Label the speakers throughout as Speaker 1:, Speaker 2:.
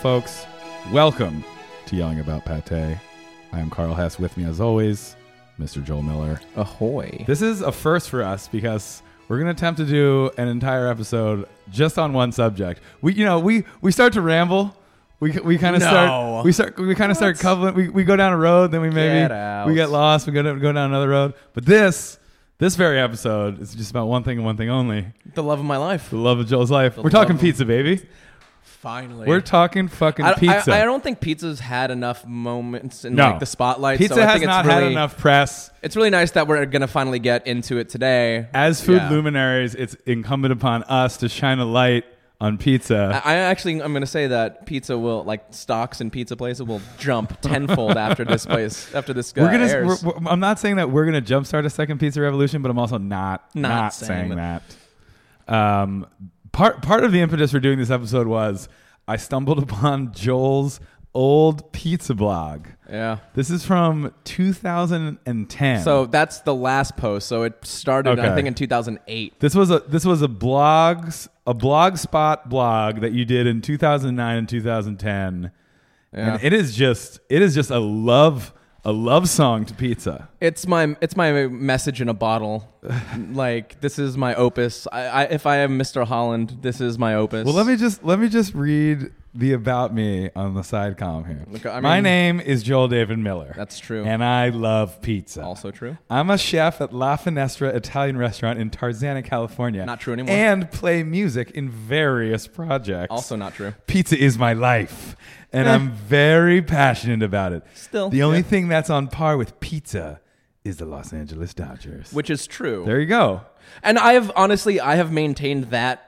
Speaker 1: folks. Welcome to Yelling About Pate. I am Carl Hess. With me, as always, Mr. Joel Miller.
Speaker 2: Ahoy.
Speaker 1: This is a first for us because we're going to attempt to do an entire episode just on one subject. We, you know, we we start to ramble. We, we kind of
Speaker 2: No.
Speaker 1: start we start we kind of start covering. We, we go down a road, then we maybe
Speaker 2: Get out.
Speaker 1: we get lost. We go down, go down another road. But this this very episode is just about one thing and one thing only:
Speaker 2: The love of my life.
Speaker 1: the love of Joel's life. We're
Speaker 2: love
Speaker 1: talking
Speaker 2: of-
Speaker 1: pizza, baby.
Speaker 2: Finally.
Speaker 1: We're talking fucking
Speaker 2: I, I-
Speaker 1: pizza.
Speaker 2: I, don't think pizza's had enough moments in
Speaker 1: No.
Speaker 2: like the spotlight.
Speaker 1: Pizza
Speaker 2: so I
Speaker 1: has
Speaker 2: think
Speaker 1: not
Speaker 2: it's really,
Speaker 1: had enough press.
Speaker 2: It's really nice that we're gonna finally get into it today.
Speaker 1: As food
Speaker 2: Yeah.
Speaker 1: luminaries, it's incumbent upon us to shine a light on pizza.
Speaker 2: I I actually, I'm gonna say that pizza will, like stocks in pizza places, will jump tenfold after this place, after this guy
Speaker 1: we're gonna.
Speaker 2: airs.
Speaker 1: We're, we're- I'm not saying that we're gonna jumpstart a second pizza revolution, but I'm also not not,
Speaker 2: Not
Speaker 1: saying,
Speaker 2: saying
Speaker 1: that. Um, part part of the impetus for doing this episode was I stumbled upon Joel's old pizza blog.
Speaker 2: yeah.
Speaker 1: This is from 2010.
Speaker 2: So that's the last post. So it started,
Speaker 1: Okay.
Speaker 2: I think, in 2008.
Speaker 1: This was a this was a blogs a blogspot blog that you did in 2009 and 2010.
Speaker 2: Yeah.
Speaker 1: And it is just it is just a love a love song to pizza.
Speaker 2: It's my it's my message in a bottle. like this is my opus. I, I if I am Mr. Holland, this is my opus.
Speaker 1: Well, let me just let me just read the about me on the side column here.
Speaker 2: Look, I
Speaker 1: My
Speaker 2: mean-
Speaker 1: name is Joel David Miller.
Speaker 2: That's true.
Speaker 1: And I love pizza.
Speaker 2: Also true.
Speaker 1: I'm a chef at La Finestra Italian restaurant in Tarzana, California.
Speaker 2: Not true anymore.
Speaker 1: And play music in various projects.
Speaker 2: Also not true.
Speaker 1: pizza is my life and i'm very passionate about it
Speaker 2: Eh. Still.
Speaker 1: the only
Speaker 2: Yeah.
Speaker 1: thing that's on par with pizza is the los angeles dodgers
Speaker 2: Which is true.
Speaker 1: there you go
Speaker 2: and I have honestly I have maintained that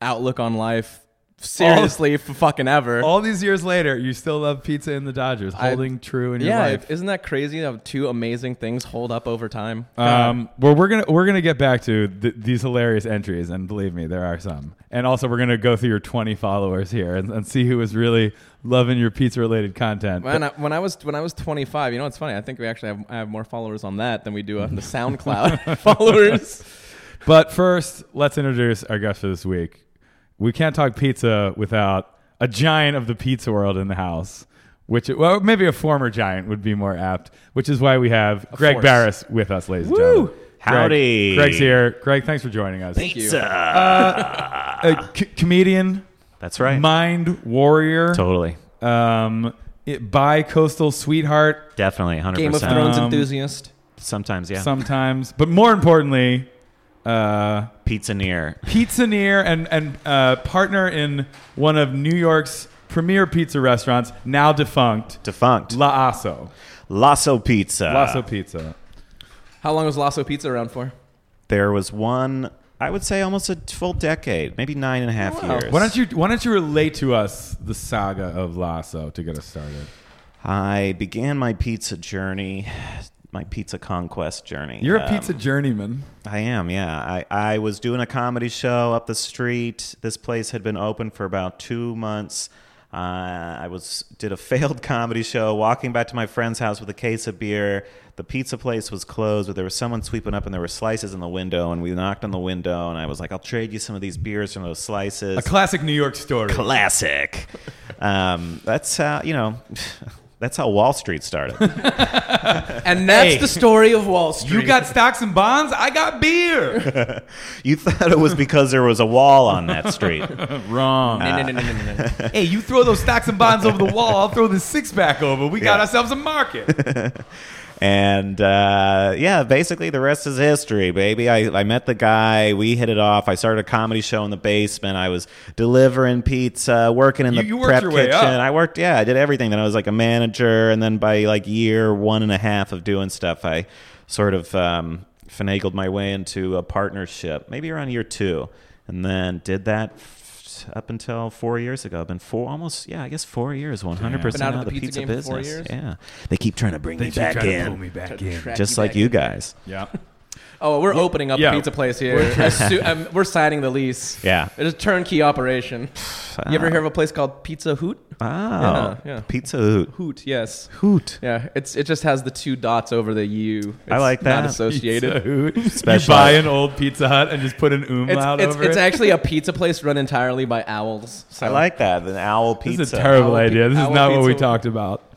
Speaker 2: outlook on life seriously for fucking ever.
Speaker 1: all these years later you still love pizza and the dodgers
Speaker 2: I-
Speaker 1: holding true in your
Speaker 2: yeah,
Speaker 1: life
Speaker 2: if- isn't that crazy how two amazing things hold up over time?
Speaker 1: um, well, we're gonna we're gonna get back to th- these hilarious entries, and believe me, there are some. And also, we're gonna go through your twenty followers here and, and see who is really loving your pizza-related content.
Speaker 2: When I, when I was when I was 25, you know it's funny. I think we actually have I have more followers on that than we do on the SoundCloud followers.
Speaker 1: But first, let's introduce our guest for this week. We can't talk pizza without a giant of the pizza world in the house, which, well, maybe a former giant would be more apt, which is why we have Greg
Speaker 2: course.
Speaker 1: Barris with us, ladies and
Speaker 2: Woo!
Speaker 1: gentlemen. Greg-
Speaker 3: Howdy.
Speaker 1: Greg's here. Greg, thanks for joining us.
Speaker 2: Thank you.
Speaker 1: A c- comedian,
Speaker 3: That's right.
Speaker 1: mind warrior,
Speaker 3: totally.
Speaker 1: um, it, bi coastal sweetheart
Speaker 3: Definitely. 100%.
Speaker 2: Game of Thrones
Speaker 1: Um,
Speaker 2: enthusiast.
Speaker 3: Sometimes, yeah.
Speaker 1: sometimes, but more importantly, uh,
Speaker 3: Pizza near.
Speaker 1: pizzaneer and and uh, partner in one of New York's premier pizza restaurants, now defunct,
Speaker 3: Defunct.
Speaker 1: La Asso,
Speaker 3: Lasso Pizza.
Speaker 1: Lasso Pizza.
Speaker 2: How long was Lasso Pizza around for?
Speaker 3: There was one, I would say almost a full decade, maybe nine and a half
Speaker 2: Wow.
Speaker 3: years.
Speaker 1: Oh, Why don't you Why don't you relate to us the saga of Lasso to get us started?
Speaker 3: I began my pizza journey, my pizza conquest journey.
Speaker 1: You're a
Speaker 3: Um,
Speaker 1: pizza journeyman.
Speaker 3: I am, yeah. I, I was doing a comedy show up the street. This place had been open for about two months. Uh, I was did a failed comedy show, walking back to my friend's house with a case of beer. The pizza place was closed, but there was someone sweeping up, and there were slices in the window. And we knocked on the window, and I was like, "I'll trade you some of these beers from those slices."
Speaker 1: A classic New York story.
Speaker 3: Classic. um, that's how you know. That's how Wall Street started.
Speaker 2: And that's
Speaker 1: Hey.
Speaker 2: the story of Wall Street.
Speaker 1: you got stocks and bonds. I got beer.
Speaker 3: you thought it was because there was a wall on that street.
Speaker 1: Wrong.
Speaker 2: No, no, no, no, no, no.
Speaker 1: hey, you throw those stocks and bonds over the wall. I'll throw this six pack over. We got
Speaker 3: Yeah.
Speaker 1: ourselves a market.
Speaker 3: And uh, yeah, basically the rest is history, baby. I, I met the guy. We hit it off. I started a comedy show in the basement. I was delivering pizza, working in
Speaker 1: You-
Speaker 3: the
Speaker 1: you worked
Speaker 3: prep
Speaker 1: your way
Speaker 3: kitchen.
Speaker 1: up.
Speaker 3: I worked, yeah, I did everything. Then I was like a manager. And then by like year one and a half of doing stuff, I sort of um, finagled my way into a partnership, maybe around year two. And then did that. f- Up until four years ago, I've been four almost, yeah, I guess four years, one hundred percent
Speaker 2: Been out
Speaker 3: out
Speaker 2: of
Speaker 3: of
Speaker 2: the
Speaker 3: the
Speaker 2: pizza
Speaker 3: pizza,
Speaker 2: game for
Speaker 3: business.
Speaker 2: four years?
Speaker 3: Yeah, they keep trying to bring me
Speaker 1: Keep
Speaker 3: back
Speaker 1: trying to
Speaker 3: in
Speaker 1: pull me back
Speaker 2: Try to
Speaker 1: in.
Speaker 2: track
Speaker 3: just
Speaker 2: you
Speaker 3: like
Speaker 2: back
Speaker 3: you
Speaker 2: in.
Speaker 3: guys.
Speaker 1: Yeah.
Speaker 2: Oh, we're opening up
Speaker 1: yeah.
Speaker 2: a pizza place here. As soo- um, we're signing the lease.
Speaker 3: Yeah.
Speaker 2: It's a turnkey operation. You
Speaker 3: Ah.
Speaker 2: ever hear of a place called Pizza Hoot?
Speaker 3: Wow.
Speaker 2: Yeah, yeah.
Speaker 3: Pizza Hoot.
Speaker 2: Hoot, yes.
Speaker 3: Hoot.
Speaker 2: Yeah, it's it just has the two dots over the U. It's
Speaker 3: I like that.
Speaker 2: Not associated.
Speaker 1: Pizza Hut. You
Speaker 3: Special.
Speaker 1: buy an old Pizza Hut and just put an
Speaker 2: It's
Speaker 1: umlaut
Speaker 2: it's,
Speaker 1: over
Speaker 2: it's
Speaker 1: it.
Speaker 2: actually a pizza place run entirely by owls. So
Speaker 3: I like that. An owl pizza.
Speaker 1: This is a terrible
Speaker 2: Owl pi-
Speaker 1: idea. This is
Speaker 2: owl
Speaker 1: not what we
Speaker 2: pizza.
Speaker 1: talked about.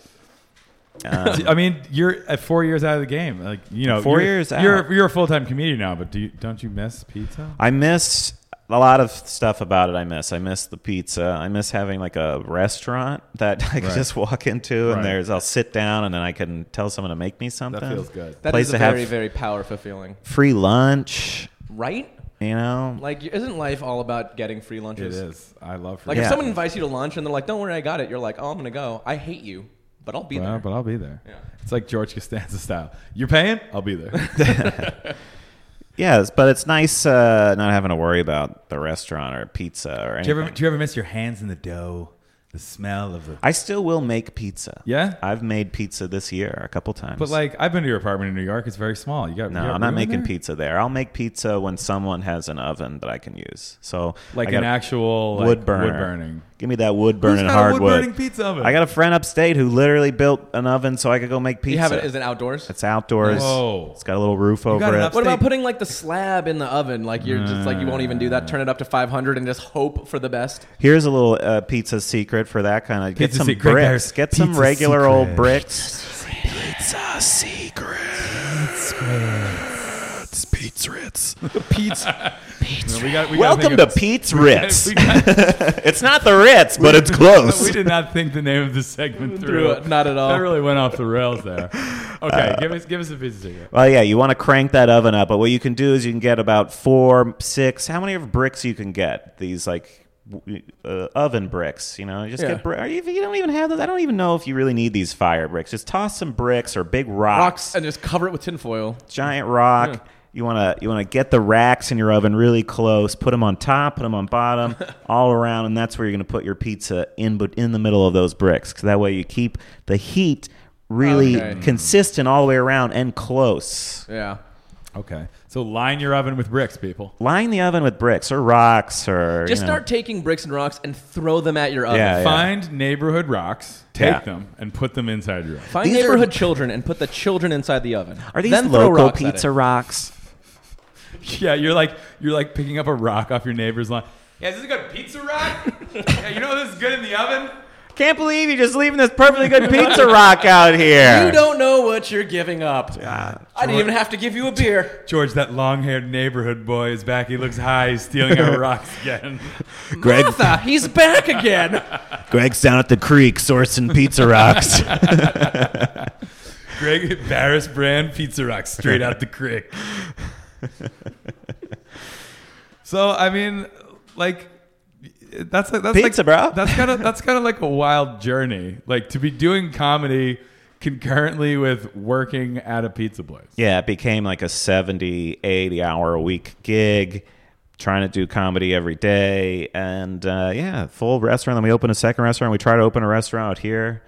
Speaker 3: Um,
Speaker 1: I mean, you're at four years out of the game. Like you know,
Speaker 3: Four
Speaker 1: you're-
Speaker 3: years out.
Speaker 1: You're you're a full time comedian now, but do you, don't you miss pizza?
Speaker 3: I miss a lot of stuff about it. I miss. I miss the pizza. I miss having like a restaurant that I can
Speaker 1: Right.
Speaker 3: just walk into and
Speaker 1: Right.
Speaker 3: there's I'll sit down and then I can tell someone to make me something.
Speaker 1: That feels good.
Speaker 2: that
Speaker 3: place
Speaker 2: is a
Speaker 3: to have-
Speaker 2: very very powerful feeling,
Speaker 3: Free lunch.
Speaker 2: right?
Speaker 3: You know.
Speaker 2: Like, isn't life all about getting free
Speaker 1: It
Speaker 2: lunches?
Speaker 1: is. I love free-
Speaker 2: Like, if
Speaker 3: Yeah.
Speaker 2: someone invites you to lunch and they're like, "Don't worry, I got it," you're like, "Oh, I'm gonna go. I hate you, but I'll be
Speaker 1: Well,
Speaker 2: there."
Speaker 1: but I'll be there.
Speaker 2: Yeah.
Speaker 1: It's like George Costanza style. You're paying, I'll be there.
Speaker 3: Yes, but it's nice uh, not having to worry about the restaurant or pizza or
Speaker 1: do you
Speaker 3: anything.
Speaker 1: ever do you ever miss your hands in the dough? The smell of the
Speaker 3: I still will make pizza.
Speaker 1: yeah.
Speaker 3: I've made pizza this year a couple times.
Speaker 1: But like I've been to your apartment in New York. It's very small. You got
Speaker 3: no,
Speaker 1: you got
Speaker 3: I'm not
Speaker 1: room in
Speaker 3: making
Speaker 1: there?
Speaker 3: pizza there. I'll make pizza when someone has an oven that I can use. So
Speaker 1: Like
Speaker 3: I got
Speaker 1: an
Speaker 3: a
Speaker 1: actual like,
Speaker 3: wood burner.
Speaker 1: Wood burning.
Speaker 3: Give me that wood burning
Speaker 1: got a
Speaker 3: hardwood.
Speaker 1: wood-burning pizza oven?
Speaker 3: I got a friend upstate who literally built an oven so I could go make pizza.
Speaker 2: you have it? Is it outdoors?
Speaker 3: it's outdoors.
Speaker 1: Whoa.
Speaker 3: It's got a little roof
Speaker 1: Oh. got
Speaker 3: over
Speaker 1: an
Speaker 3: it.
Speaker 1: upstate-
Speaker 2: What about putting like the slab in the oven? Like you're just like you won't even do that. Turn it up to 500 and just hope for the best.
Speaker 3: Here's a little uh, pizza secret for that kind of. Get
Speaker 1: Pizza
Speaker 3: some
Speaker 1: secret,
Speaker 3: bricks.
Speaker 1: guys.
Speaker 3: Get some
Speaker 1: Pizza
Speaker 3: regular
Speaker 1: secret.
Speaker 3: old bricks. Pizza secrets. Pizza Ritz. Pizza.
Speaker 1: No, we got, we gotta think
Speaker 3: Welcome to
Speaker 1: of-
Speaker 3: Pete's Ritz.
Speaker 1: We got-
Speaker 3: it's not the Ritz, but it's
Speaker 1: we
Speaker 3: close.
Speaker 1: did not think the name of the segment
Speaker 2: Through
Speaker 1: through.
Speaker 2: it, not at all. Uh,
Speaker 1: That really went off the rails there. Okay, give us give us a pizza secret.
Speaker 3: Well, yeah, you want to crank that oven up, but what you can do is you can get about four, six, how many of bricks you can get? These like w- uh, oven bricks, you know, just
Speaker 2: Yeah.
Speaker 3: get bricks. If you don't even have those, I don't even know if you really need these fire bricks. Just toss some bricks or big
Speaker 2: Rocks and just cover it with tinfoil.
Speaker 3: giant rock. You want to you want to get the racks in your oven really close, put them on top, put them on bottom, all around, and that's where you're going to put your pizza in but in the middle of those bricks. Cuz that way you keep the heat really
Speaker 2: Okay.
Speaker 3: consistent all the way around and close.
Speaker 2: Yeah.
Speaker 1: Okay, so line your oven with bricks, people.
Speaker 3: Line the oven with bricks or rocks or
Speaker 2: Just
Speaker 3: you know,
Speaker 2: start taking bricks and rocks and throw them at your oven.
Speaker 3: Yeah, yeah.
Speaker 1: Find neighborhood rocks, take
Speaker 3: Yeah.
Speaker 1: them, and put them inside your oven.
Speaker 2: Find
Speaker 3: These are-
Speaker 2: neighborhood children and put the children inside the oven.
Speaker 3: Are these
Speaker 2: Then throw
Speaker 3: local
Speaker 2: rocks at
Speaker 3: pizza
Speaker 2: it.
Speaker 3: rocks?
Speaker 1: Yeah, you're like you're like picking up a rock off your neighbor's lawn. Yeah, is this a good pizza rock? yeah, you know this is good in the oven.
Speaker 3: Can't believe you're just leaving this perfectly good pizza rock out here.
Speaker 2: You don't know what you're giving up. I didn't even have to give you a beer.
Speaker 1: George, that long-haired neighborhood boy is back. He looks high. He's stealing our rocks again.
Speaker 3: Greg
Speaker 2: Martha, he's back again.
Speaker 3: Greg's down at the creek sourcing pizza rocks.
Speaker 1: Greg Barris brand pizza rocks straight out the creek. so I mean, like that's that's
Speaker 3: Pizza,
Speaker 1: like,
Speaker 3: bro.
Speaker 1: That's kind of that's kind of like a wild journey. Like to be doing comedy concurrently with working at a pizza place.
Speaker 3: Yeah, it became like a 70, 80 hour a week gig, trying to do comedy every day. And uh, yeah, full restaurant. Then we opened a second restaurant. We tried to open a restaurant out here.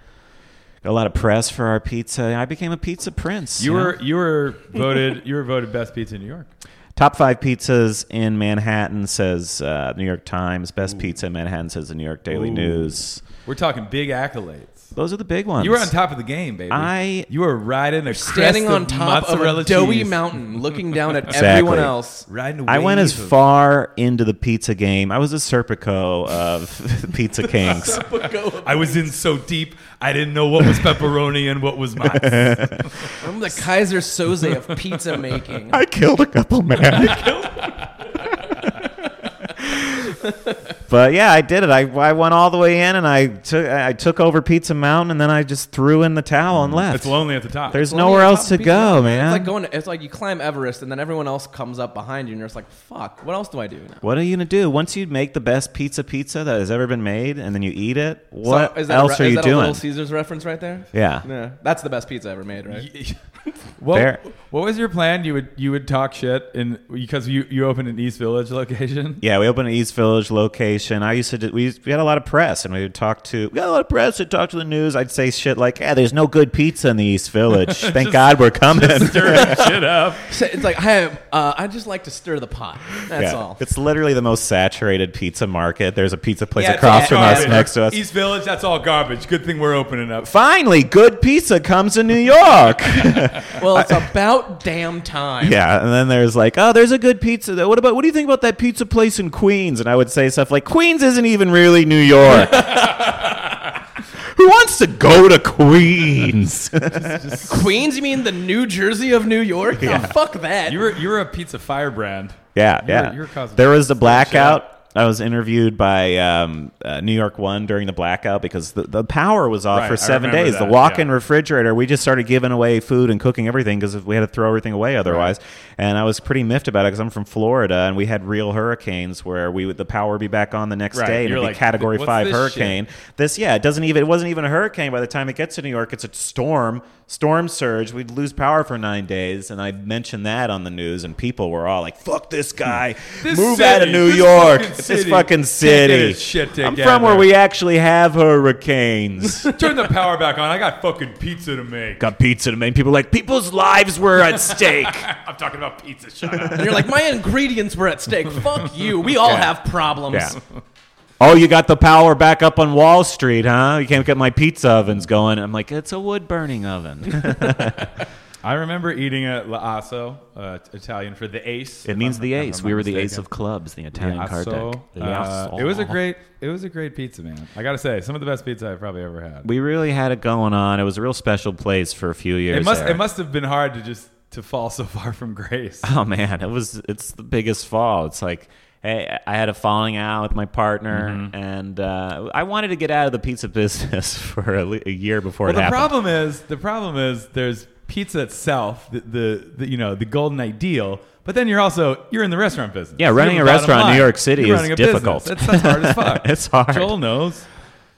Speaker 3: Got a lot of press for our pizza. I became a pizza prince.
Speaker 1: You
Speaker 3: know?
Speaker 1: were you were voted you were voted best pizza in New York.
Speaker 3: top five pizzas in Manhattan, says uh, New York Times. Best pizza in Manhattan, says the New York Daily
Speaker 1: Ooh.
Speaker 3: News.
Speaker 1: We're talking big accolades.
Speaker 3: Those are the big ones.
Speaker 1: You were on top of the game, baby.
Speaker 3: I-
Speaker 1: you were riding a
Speaker 2: Standing
Speaker 1: crest
Speaker 2: on top of
Speaker 1: mozzarella
Speaker 2: a doughy
Speaker 1: cheese.
Speaker 2: mountain, looking down at
Speaker 3: Exactly.
Speaker 2: everyone else.
Speaker 1: Riding a
Speaker 3: I went
Speaker 1: wave
Speaker 3: as
Speaker 1: of-
Speaker 3: far into the pizza game. I was a Serpico of Pizza Kings.
Speaker 1: I was in so deep, I didn't know what was pepperoni and what was mine.
Speaker 2: I'm the Kaiser Soze of pizza making.
Speaker 3: I killed a couple men. but yeah, I did it. I, I went all the way in and I took I took over Pizza Mountain and then I just threw in the towel and left.
Speaker 1: it's lonely at the top.
Speaker 3: There's
Speaker 2: Mm. It's lonely
Speaker 3: nowhere
Speaker 2: on top
Speaker 3: else
Speaker 2: of
Speaker 3: to
Speaker 2: Pizza
Speaker 3: go,
Speaker 2: Mountain.
Speaker 3: man.
Speaker 2: It's like going. It's like you climb Everest, and then everyone else comes up behind you, and you're just like, "Fuck! What else do I do now?"
Speaker 3: what are you gonna do once you make the best pizza pizza that has ever been made and then you eat it?
Speaker 2: So,
Speaker 3: What
Speaker 2: is that a
Speaker 3: else
Speaker 2: re-
Speaker 3: are
Speaker 2: is
Speaker 3: you
Speaker 2: that A
Speaker 3: doing?
Speaker 2: Little Caesars reference right there.
Speaker 3: Yeah.
Speaker 2: Yeah, that's the best pizza ever made, right?
Speaker 1: what,
Speaker 3: Fair.
Speaker 1: what was your plan? You would you would talk shit in because you you opened an East Village location.
Speaker 3: Yeah, we opened an East Village station. I used to do, we, used, we had a lot of press and we would talk to we got a lot of press and talk to the news. I'd say shit like, "Yeah, there's no good pizza in the East Village. Thank God we're coming."
Speaker 1: Stir shit up.
Speaker 2: So it's like I have, uh, I just like to stir the pot. That's
Speaker 3: Yeah.
Speaker 2: all.
Speaker 3: It's literally the most saturated pizza market. There's a pizza place
Speaker 2: Yeah, it's
Speaker 3: across
Speaker 2: all
Speaker 3: from us
Speaker 1: Garbage.
Speaker 3: next to us.
Speaker 1: East Village, that's all garbage. Good thing we're opening up.
Speaker 3: Finally, good pizza comes to New York.
Speaker 2: Well, it's about damn time.
Speaker 3: yeah, and then there's like, oh, there's a good pizza. there. What about what do you think about that pizza place in Queens? And I would say stuff like, Queens isn't even really New York. Who wants to go to Queens?
Speaker 2: Queens, you mean the New Jersey of New York? Yeah. fuck that.
Speaker 1: You were you were a pizza firebrand.
Speaker 3: Yeah,
Speaker 1: You
Speaker 3: yeah.
Speaker 1: were- you were causing-
Speaker 3: there was the
Speaker 1: Shout
Speaker 3: blackout. I was interviewed by um, uh, New York One during the blackout because the, the power was off
Speaker 1: Right, I
Speaker 3: for seven
Speaker 1: remember
Speaker 3: days. the
Speaker 1: that,
Speaker 3: walk-in
Speaker 1: yeah.
Speaker 3: refrigerator, we just started giving away food and cooking everything because we had to throw everything away otherwise. And I was pretty miffed about it because I'm from Florida and we had real hurricanes where we would the power would be back on the next
Speaker 1: Right,
Speaker 3: day and
Speaker 1: you're
Speaker 3: it'd be
Speaker 1: like,
Speaker 3: Category
Speaker 1: "What's
Speaker 3: Five
Speaker 1: this
Speaker 3: hurricane. This yeah, it doesn't even it wasn't even a hurricane by the time it gets to New York. It's a storm, storm surge. We'd lose power for nine days, and I mentioned that on the news, and people were all like, "Fuck this guy."
Speaker 1: Hmm. This
Speaker 3: Move
Speaker 1: city,
Speaker 3: out of New
Speaker 1: this
Speaker 3: York.
Speaker 1: fucking
Speaker 3: This
Speaker 1: city
Speaker 3: fucking
Speaker 1: can't
Speaker 3: city.
Speaker 1: get its shit
Speaker 3: I'm
Speaker 1: together.
Speaker 3: from where we actually have hurricanes.
Speaker 1: Turn the power back on. I got fucking pizza to make.
Speaker 3: Got pizza to make people are like people's lives were at stake.
Speaker 1: I'm talking about pizza. Shut up.
Speaker 2: and you're like, my ingredients were at stake. fuck you. We all have problems.
Speaker 3: yeah. Oh, you got the power back up on Wall Street, huh? You can't get my pizza ovens going. I'm like, it's a wood burning oven.
Speaker 1: I remember eating at La Asso, uh, t- Italian for the ace.
Speaker 3: It
Speaker 1: if
Speaker 3: means
Speaker 1: I'm-
Speaker 3: the
Speaker 1: if I'm
Speaker 3: ace.
Speaker 1: not
Speaker 3: We were the ace
Speaker 1: mistaken.
Speaker 3: of clubs, the Italian card
Speaker 1: Asso,
Speaker 3: deck.
Speaker 1: uh,
Speaker 3: Asso.
Speaker 1: it was a great, it was a great pizza, man. I gotta say, some of the best pizza I've probably ever had.
Speaker 3: We really had it going on. It was a real special place for a few years.
Speaker 1: It must,
Speaker 3: there.
Speaker 1: it must have been hard to just to fall so far from grace.
Speaker 3: Oh man, it was it's the biggest fall. It's like hey, I had a falling out with my partner,
Speaker 1: Mm-hmm.
Speaker 3: and uh, I wanted to get out of the pizza business for a, le- a year before
Speaker 1: Well,
Speaker 3: it
Speaker 1: the
Speaker 3: happened.
Speaker 1: problem is, the problem is, there's pizza itself, the, the, the you know the golden ideal. But then you're also you're in the restaurant business.
Speaker 3: Yeah, running
Speaker 1: You're
Speaker 3: a
Speaker 1: bottom
Speaker 3: restaurant in
Speaker 1: line.
Speaker 3: New York City
Speaker 1: You're
Speaker 3: is
Speaker 1: running a
Speaker 3: difficult.
Speaker 1: Business. That's, that's hard as fuck.
Speaker 3: It's hard.
Speaker 1: Joel knows.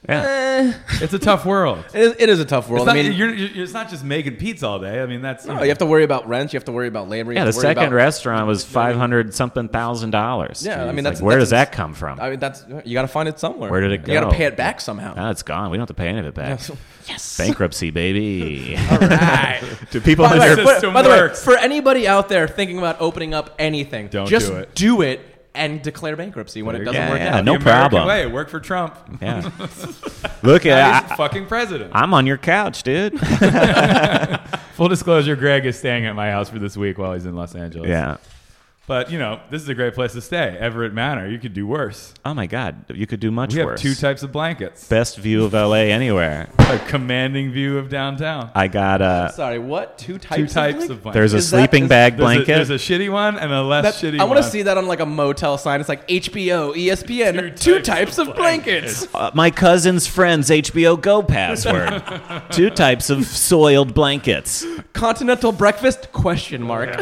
Speaker 3: Yeah.
Speaker 2: Eh,
Speaker 1: It's a tough world.
Speaker 2: it, is, it is a tough
Speaker 1: It's
Speaker 2: world.
Speaker 1: not,
Speaker 2: I mean,
Speaker 1: you're, you're, it's not just making pizza all day. I mean, that's
Speaker 2: no, you have to worry about rent. You have to worry about labor. You
Speaker 3: Yeah, the
Speaker 2: have to worry
Speaker 3: second
Speaker 2: about,
Speaker 3: restaurant was five hundred something thousand dollars.
Speaker 2: Yeah, I
Speaker 3: Jeez,
Speaker 2: mean,
Speaker 3: like,
Speaker 2: that's-
Speaker 3: where
Speaker 2: that's
Speaker 3: does that come from?
Speaker 2: I mean, that's you got to find it somewhere.
Speaker 3: Where did it
Speaker 2: You got
Speaker 3: go?
Speaker 2: to pay it back somehow.
Speaker 3: now Ah, it's gone. We don't have to pay any of it back.
Speaker 2: yes.
Speaker 3: Bankruptcy, baby.
Speaker 2: Right.
Speaker 3: Do people
Speaker 2: By, the way,
Speaker 1: Our
Speaker 2: for-
Speaker 1: system
Speaker 2: by the way,
Speaker 1: works.
Speaker 2: for anybody out there thinking about opening up anything,
Speaker 1: Don't
Speaker 2: just
Speaker 1: do it.
Speaker 2: and declare bankruptcy when it
Speaker 1: There you
Speaker 2: doesn't
Speaker 3: go.
Speaker 2: work
Speaker 3: Yeah, yeah.
Speaker 1: The
Speaker 2: out.
Speaker 3: No
Speaker 1: American
Speaker 3: problem.
Speaker 1: Way work for Trump.
Speaker 3: Yeah. Look
Speaker 1: Now
Speaker 3: at
Speaker 1: He's fucking president.
Speaker 3: I, I'm on your couch, dude.
Speaker 1: Full disclosure: Greg is staying at my house for this week while he's in Los Angeles.
Speaker 3: yeah.
Speaker 1: but you know this is a great place to stay. Everett Manor. You could do worse.
Speaker 3: Oh my God, you could do much
Speaker 1: We have
Speaker 3: worse.
Speaker 1: two types of blankets.
Speaker 3: Best view of LA anywhere.
Speaker 1: A commanding view of downtown.
Speaker 3: I got a.
Speaker 2: Sorry, what? Two types.
Speaker 1: Two types
Speaker 2: blank-
Speaker 1: of blankets.
Speaker 3: There's a
Speaker 2: Is that-
Speaker 3: sleeping
Speaker 2: is-
Speaker 3: bag
Speaker 1: There's a-
Speaker 3: blanket.
Speaker 1: There's a, shitty one and a less
Speaker 2: That-
Speaker 1: shitty.
Speaker 2: I
Speaker 1: want to
Speaker 2: see that on like a motel sign. It's like HBO, ESPN. Two, types, of blankets.
Speaker 3: Uh, my cousin's friend's HBO Go password. two types of soiled blankets.
Speaker 2: Continental breakfast? Question mark.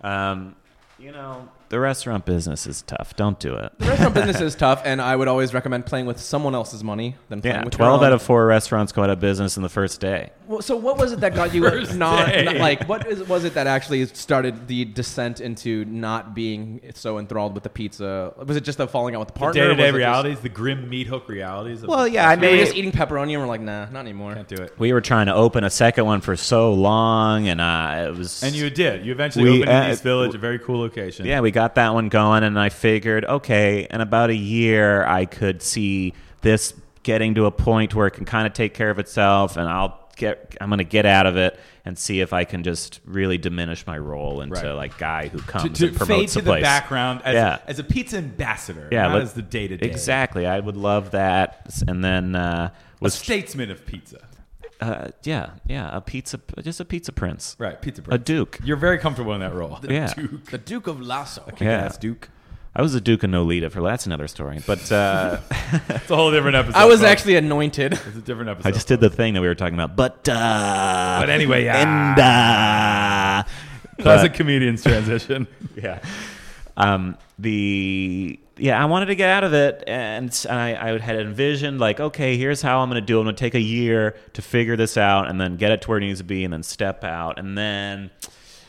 Speaker 3: Um, you know, the restaurant business is tough. Don't do it.
Speaker 2: The restaurant business is tough, and I would always recommend playing with someone else's money than playing
Speaker 3: Yeah,
Speaker 2: with your
Speaker 3: twelve
Speaker 2: own.
Speaker 3: out of four restaurants go out of business in the first day.
Speaker 2: Well, so what was it that got you
Speaker 1: First
Speaker 2: not,
Speaker 1: day.
Speaker 2: not- like what is, was it that actually started the descent into not being so enthralled with the pizza? Was it just the falling out with the partner?
Speaker 1: Day to
Speaker 2: Was
Speaker 1: day
Speaker 2: it just-
Speaker 1: realities, the grim meat hook realities. Of
Speaker 3: Well,
Speaker 1: the-
Speaker 3: yeah, I
Speaker 2: We were
Speaker 3: mean,
Speaker 2: just eating pepperoni and we're like, nah, not anymore.
Speaker 1: can't do it.
Speaker 3: we were trying to open a second one for so long, and uh, it was.
Speaker 1: And you did. You eventually
Speaker 3: We,
Speaker 1: opened in
Speaker 3: uh,
Speaker 1: East Village, a very cool location.
Speaker 3: Yeah, we got that one going, and I figured, okay, in about a year, I could see this getting to a point where it can kind of take care of itself, and I'll get, I'm going to get out of it and see if I can just really diminish my role into
Speaker 1: Right.
Speaker 3: like guy who
Speaker 1: To,
Speaker 3: comes
Speaker 1: to
Speaker 3: and
Speaker 1: fade
Speaker 3: promotes
Speaker 1: to
Speaker 3: the
Speaker 1: the
Speaker 3: place.
Speaker 1: background as,
Speaker 3: Yeah.
Speaker 1: as a pizza ambassador,
Speaker 3: Yeah,
Speaker 1: not
Speaker 3: let-
Speaker 1: as the day to day.
Speaker 3: Exactly, I would love that, and then uh,
Speaker 1: A
Speaker 3: was
Speaker 1: statesman of pizza.
Speaker 3: uh, yeah, yeah, a pizza, just a pizza prince,
Speaker 1: Right, pizza.
Speaker 3: a
Speaker 1: prince.
Speaker 3: duke.
Speaker 1: You're very comfortable in that role.
Speaker 3: Yeah.
Speaker 1: Duke.
Speaker 2: The Duke of Lasso.
Speaker 3: Yeah,
Speaker 1: Yes, Duke.
Speaker 3: I was a duke of Nolita for that's another story, but. Uh,
Speaker 1: It's a whole different episode.
Speaker 2: I was
Speaker 1: folks.
Speaker 2: actually anointed.
Speaker 1: It's a different episode.
Speaker 3: I just did the thing that we were talking about, but uh,
Speaker 1: But anyway, yeah.
Speaker 3: and uh,
Speaker 1: Classic comedian's transition.
Speaker 3: yeah, um, the yeah, I wanted to get out of it, and s- and I, I had envisioned like, okay, here's how I'm going to do. it. I'm going to take a year to figure this out, and then get it to where it needs to be, and then step out, and then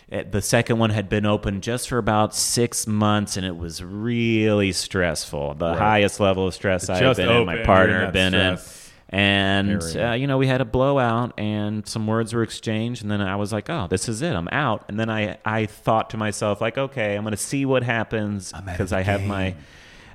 Speaker 3: it, the second one had been open just for about six months, and it was really stressful. The highest level of stress I had
Speaker 1: just
Speaker 3: been in,
Speaker 1: opened,
Speaker 3: my
Speaker 1: you're
Speaker 3: partner
Speaker 1: in that
Speaker 3: had been
Speaker 1: stress
Speaker 3: in. And,
Speaker 1: area.
Speaker 3: uh, you know, we had a blowout, and some words were exchanged, and then I was like, oh, this is it. I'm out. And then I, I thought to myself, like, okay, I'm going to see what happens
Speaker 1: out of
Speaker 3: because
Speaker 1: the
Speaker 3: I have
Speaker 1: game.
Speaker 3: my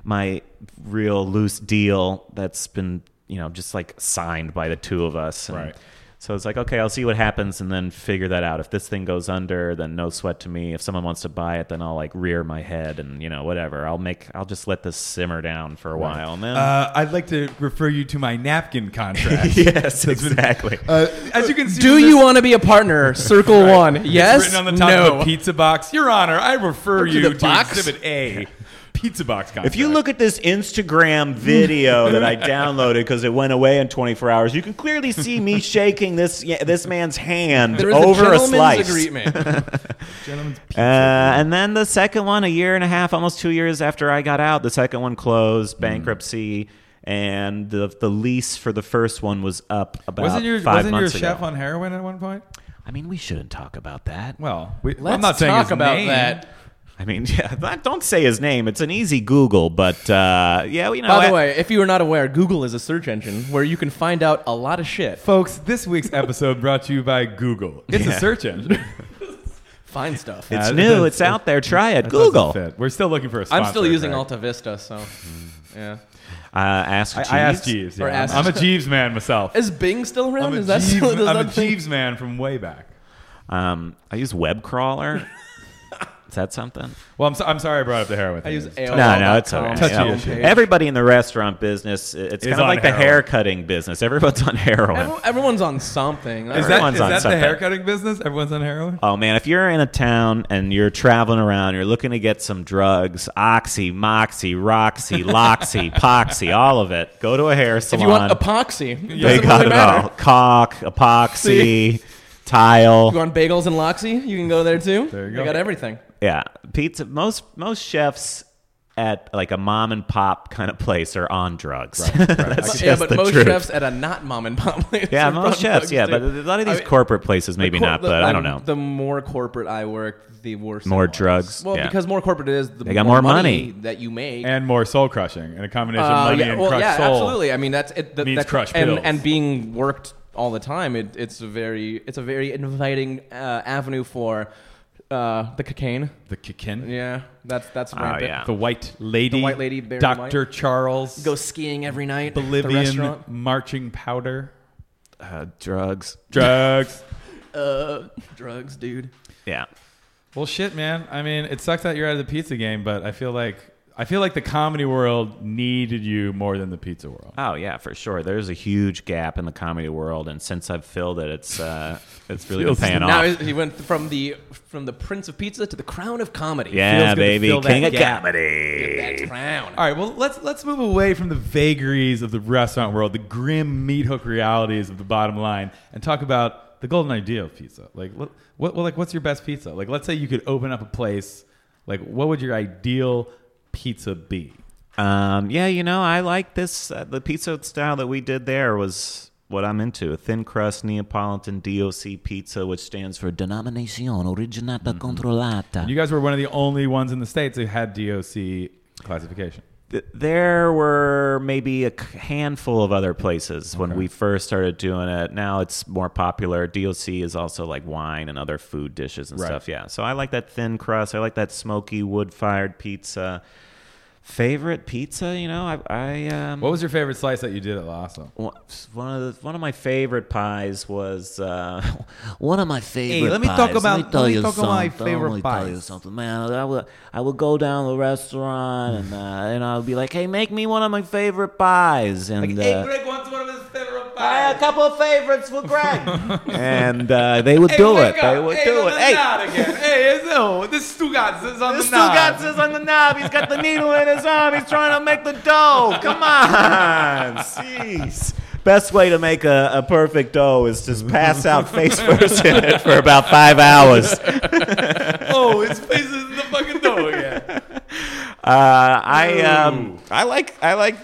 Speaker 3: my real loose deal that's been you know just like signed by the two of us and
Speaker 1: Right.
Speaker 3: so it's like okay i'll see what happens and then figure that out if this thing goes under then no sweat to me if someone wants to buy it then i'll like rear my head and you know whatever i'll make i'll just let this simmer down for a while and then
Speaker 1: Uh, I'd like to refer you to my napkin contract.
Speaker 3: yes exactly
Speaker 1: Uh, as you can see,
Speaker 2: Do
Speaker 1: this-
Speaker 2: you want to be a partner? Circle one.
Speaker 1: it's
Speaker 2: Yes.
Speaker 1: Written on the top
Speaker 2: no.
Speaker 1: of a pizza box. Your Honor, I refer
Speaker 2: to
Speaker 1: you
Speaker 2: the
Speaker 1: to,
Speaker 2: box?
Speaker 1: Exhibit A, pizza box contract.
Speaker 3: If you look at this Instagram video that I downloaded because it went away in 24 hours, you can clearly see me shaking this yeah, this man's hand
Speaker 2: There is a
Speaker 3: over a,
Speaker 2: gentleman's
Speaker 3: slice.
Speaker 2: agreement.
Speaker 1: gentlemen's
Speaker 3: Uh, and then the second one, a year and a half, almost two years after I got out, the second one closed, bankruptcy, and the the lease for the first one was up about
Speaker 1: wasn't your
Speaker 3: 5
Speaker 1: wasn't your
Speaker 3: months
Speaker 1: chef
Speaker 3: ago.
Speaker 1: on heroin at one point?
Speaker 3: I mean, we shouldn't talk about that.
Speaker 1: Well, we, well,
Speaker 2: Let's
Speaker 1: I'm not saying
Speaker 2: talk
Speaker 1: his
Speaker 2: about
Speaker 1: name.
Speaker 2: that.
Speaker 3: I mean, yeah, that- don't say his name. It's an easy Google, but uh, yeah, you know.
Speaker 2: By
Speaker 3: I-
Speaker 2: the way, if you were not aware, Google is a search engine where you can find out a lot of shit.
Speaker 1: folks. This week's episode brought to you by Google. It's a
Speaker 3: Yeah.
Speaker 1: search engine.
Speaker 2: Find stuff.
Speaker 3: it's
Speaker 1: Uh,
Speaker 3: new.
Speaker 1: that's-
Speaker 3: It's out there. Try it.
Speaker 1: That
Speaker 3: Google.
Speaker 1: doesn't fit. We're still looking for a sponsor.
Speaker 2: I'm still using
Speaker 1: right?
Speaker 2: Alta Vista, so yeah.
Speaker 3: Uh, ask
Speaker 1: I,
Speaker 3: Jeeves.
Speaker 1: I asked Jeeves. Yeah.
Speaker 2: Or ask-
Speaker 1: I'm a Jeeves man myself.
Speaker 2: Is Bing still around?
Speaker 1: I'm a,
Speaker 2: is that
Speaker 1: Jeeves,
Speaker 2: still does
Speaker 1: I'm a
Speaker 2: that thing-
Speaker 1: Jeeves man from way back.
Speaker 3: Um, I use web crawler. Is that something?
Speaker 1: Well, I'm, so, I'm sorry I brought up the heroin.
Speaker 2: I
Speaker 1: thing.
Speaker 2: use
Speaker 1: It's-
Speaker 2: AOL.
Speaker 3: No, no, it's all right.
Speaker 1: Oh, Touchy
Speaker 3: Yeah.
Speaker 1: issue.
Speaker 3: Everybody in the restaurant business, it- it's
Speaker 1: Is
Speaker 3: kind of
Speaker 1: on
Speaker 3: like the
Speaker 1: heroin.
Speaker 3: hair cutting business. Everyone's on heroin.
Speaker 2: everyone's on something.
Speaker 1: Is that,
Speaker 3: Everyone's
Speaker 1: is
Speaker 3: on
Speaker 1: that the
Speaker 3: something.
Speaker 1: haircutting business? Everyone's on heroin?
Speaker 3: Oh man, if you're in a town and you're traveling around, you're looking to get some drugs, Oxy, Moxy, Roxy, Loxy, Poxy, all of it. Go to a hair
Speaker 2: if
Speaker 3: salon.
Speaker 2: you want epoxy, it
Speaker 3: they
Speaker 2: doesn't
Speaker 3: got
Speaker 2: really
Speaker 3: it
Speaker 2: matter.
Speaker 3: all. Caulk, epoxy, tile.
Speaker 2: You want bagels and loxy? You can go there too.
Speaker 1: There you
Speaker 2: They
Speaker 1: go.
Speaker 2: got everything.
Speaker 3: Yeah, pizza. Most most chefs at like a mom and pop kind of place are on drugs. That's
Speaker 2: yeah,
Speaker 3: just
Speaker 2: but
Speaker 3: the
Speaker 2: most
Speaker 3: truth.
Speaker 2: chefs at a not mom and pop place.
Speaker 3: yeah,
Speaker 2: are
Speaker 3: most
Speaker 2: on
Speaker 3: chefs.
Speaker 2: drugs,
Speaker 3: Yeah,
Speaker 2: too.
Speaker 3: but a lot of
Speaker 2: I
Speaker 3: these
Speaker 2: mean,
Speaker 3: corporate places maybe
Speaker 2: Cor-
Speaker 3: not.
Speaker 2: the-
Speaker 3: But I don't
Speaker 2: um,
Speaker 3: know.
Speaker 2: The more corporate I work, the worse.
Speaker 3: More
Speaker 2: it was.
Speaker 3: drugs,
Speaker 2: Well,
Speaker 3: yeah.
Speaker 2: because more corporate it is, the
Speaker 3: They got more money.
Speaker 2: that you make.
Speaker 1: And more soul crushing and a combination
Speaker 2: Uh,
Speaker 1: of money
Speaker 2: yeah,
Speaker 1: and
Speaker 2: well,
Speaker 1: crushed
Speaker 2: yeah,
Speaker 1: soul.
Speaker 2: absolutely. I mean, that's it. That,
Speaker 1: means
Speaker 2: that-
Speaker 1: crush
Speaker 2: and,
Speaker 1: pills.
Speaker 2: and being worked all the time. It, it's a very it's a very inviting uh, avenue for uh, the cocaine.
Speaker 1: The Kikin.
Speaker 2: Yeah, that's that's rampant.
Speaker 3: Ah, yeah.
Speaker 1: The White Lady.
Speaker 2: The White Lady, Barry
Speaker 1: Dr. Charles.
Speaker 2: Go skiing every night. the
Speaker 1: Bolivian
Speaker 2: restaurant.
Speaker 1: marching powder.
Speaker 3: uh, drugs.
Speaker 1: Drugs.
Speaker 2: Uh, drugs, dude.
Speaker 3: Yeah.
Speaker 1: Well, shit, man. I mean, it sucks that you're out of the pizza game, but I feel like I feel like the comedy world needed you more than the pizza world.
Speaker 3: Oh yeah, for sure. There's a huge gap in the comedy world, and since I've filled it, it's uh, it's really been
Speaker 1: Feels
Speaker 3: paying
Speaker 2: Now
Speaker 3: off.
Speaker 2: he he went from the from the prince of pizza to the crown of comedy.
Speaker 1: feels
Speaker 3: Yeah,
Speaker 1: good to
Speaker 3: baby,
Speaker 1: fill that
Speaker 3: king of
Speaker 1: gap.
Speaker 2: that
Speaker 3: comedy.
Speaker 2: crown.
Speaker 1: All right, well, let's let's move away from the vagaries of the restaurant world, the grim meat hook realities of the bottom line, and talk about the golden idea of pizza. Like, what, what well, like, what's your best pizza? Like, let's say you could open up a place. Like, what would your ideal pizza be?
Speaker 3: Um, yeah, you know, I like this. Uh, the pizza style that we did there was what I'm into a thin crust Neapolitan DOC pizza, which stands for Denominazione Originata Controllata.
Speaker 1: Mm-hmm. You guys were one of the only ones in the states who had DOC classification.
Speaker 3: Th- there were maybe a c- handful of other places when we first started doing it. Now it's more popular. DOC is also like wine and other food dishes and
Speaker 1: Right.
Speaker 3: stuff. Yeah. So I like that thin crust. I like that smoky wood fired pizza. Favorite pizza, you know, I, I um,
Speaker 1: What was your favorite slice that you did at La Awesome?
Speaker 3: One one of the, one of my favorite pies was uh, one of my favorite.
Speaker 1: Hey, let me
Speaker 3: pies.
Speaker 1: talk about-
Speaker 3: Let me tell
Speaker 1: let me
Speaker 3: you
Speaker 1: talk about my
Speaker 3: something.
Speaker 1: favorite
Speaker 3: let me tell you
Speaker 1: pies.
Speaker 3: something, man. I would I would go down to the restaurant and uh, and I would be like, hey, make me one of my favorite pies and. uh, Ah,
Speaker 1: Greg wants one of his favorite
Speaker 3: I had a couple of favorites for Greg, and uh, they would do it. They would do it. Hey,
Speaker 1: again. Hey, no, this Stugatz is on
Speaker 3: this still got this on the knob. He's got the needle in his arm. He's trying to make the dough. Come on. Jeez. Best way to make a, a perfect dough is just pass out face first in it for about five hours. Uh,
Speaker 1: oh, his face is in the fucking door again.
Speaker 3: Uh, I um, I like I like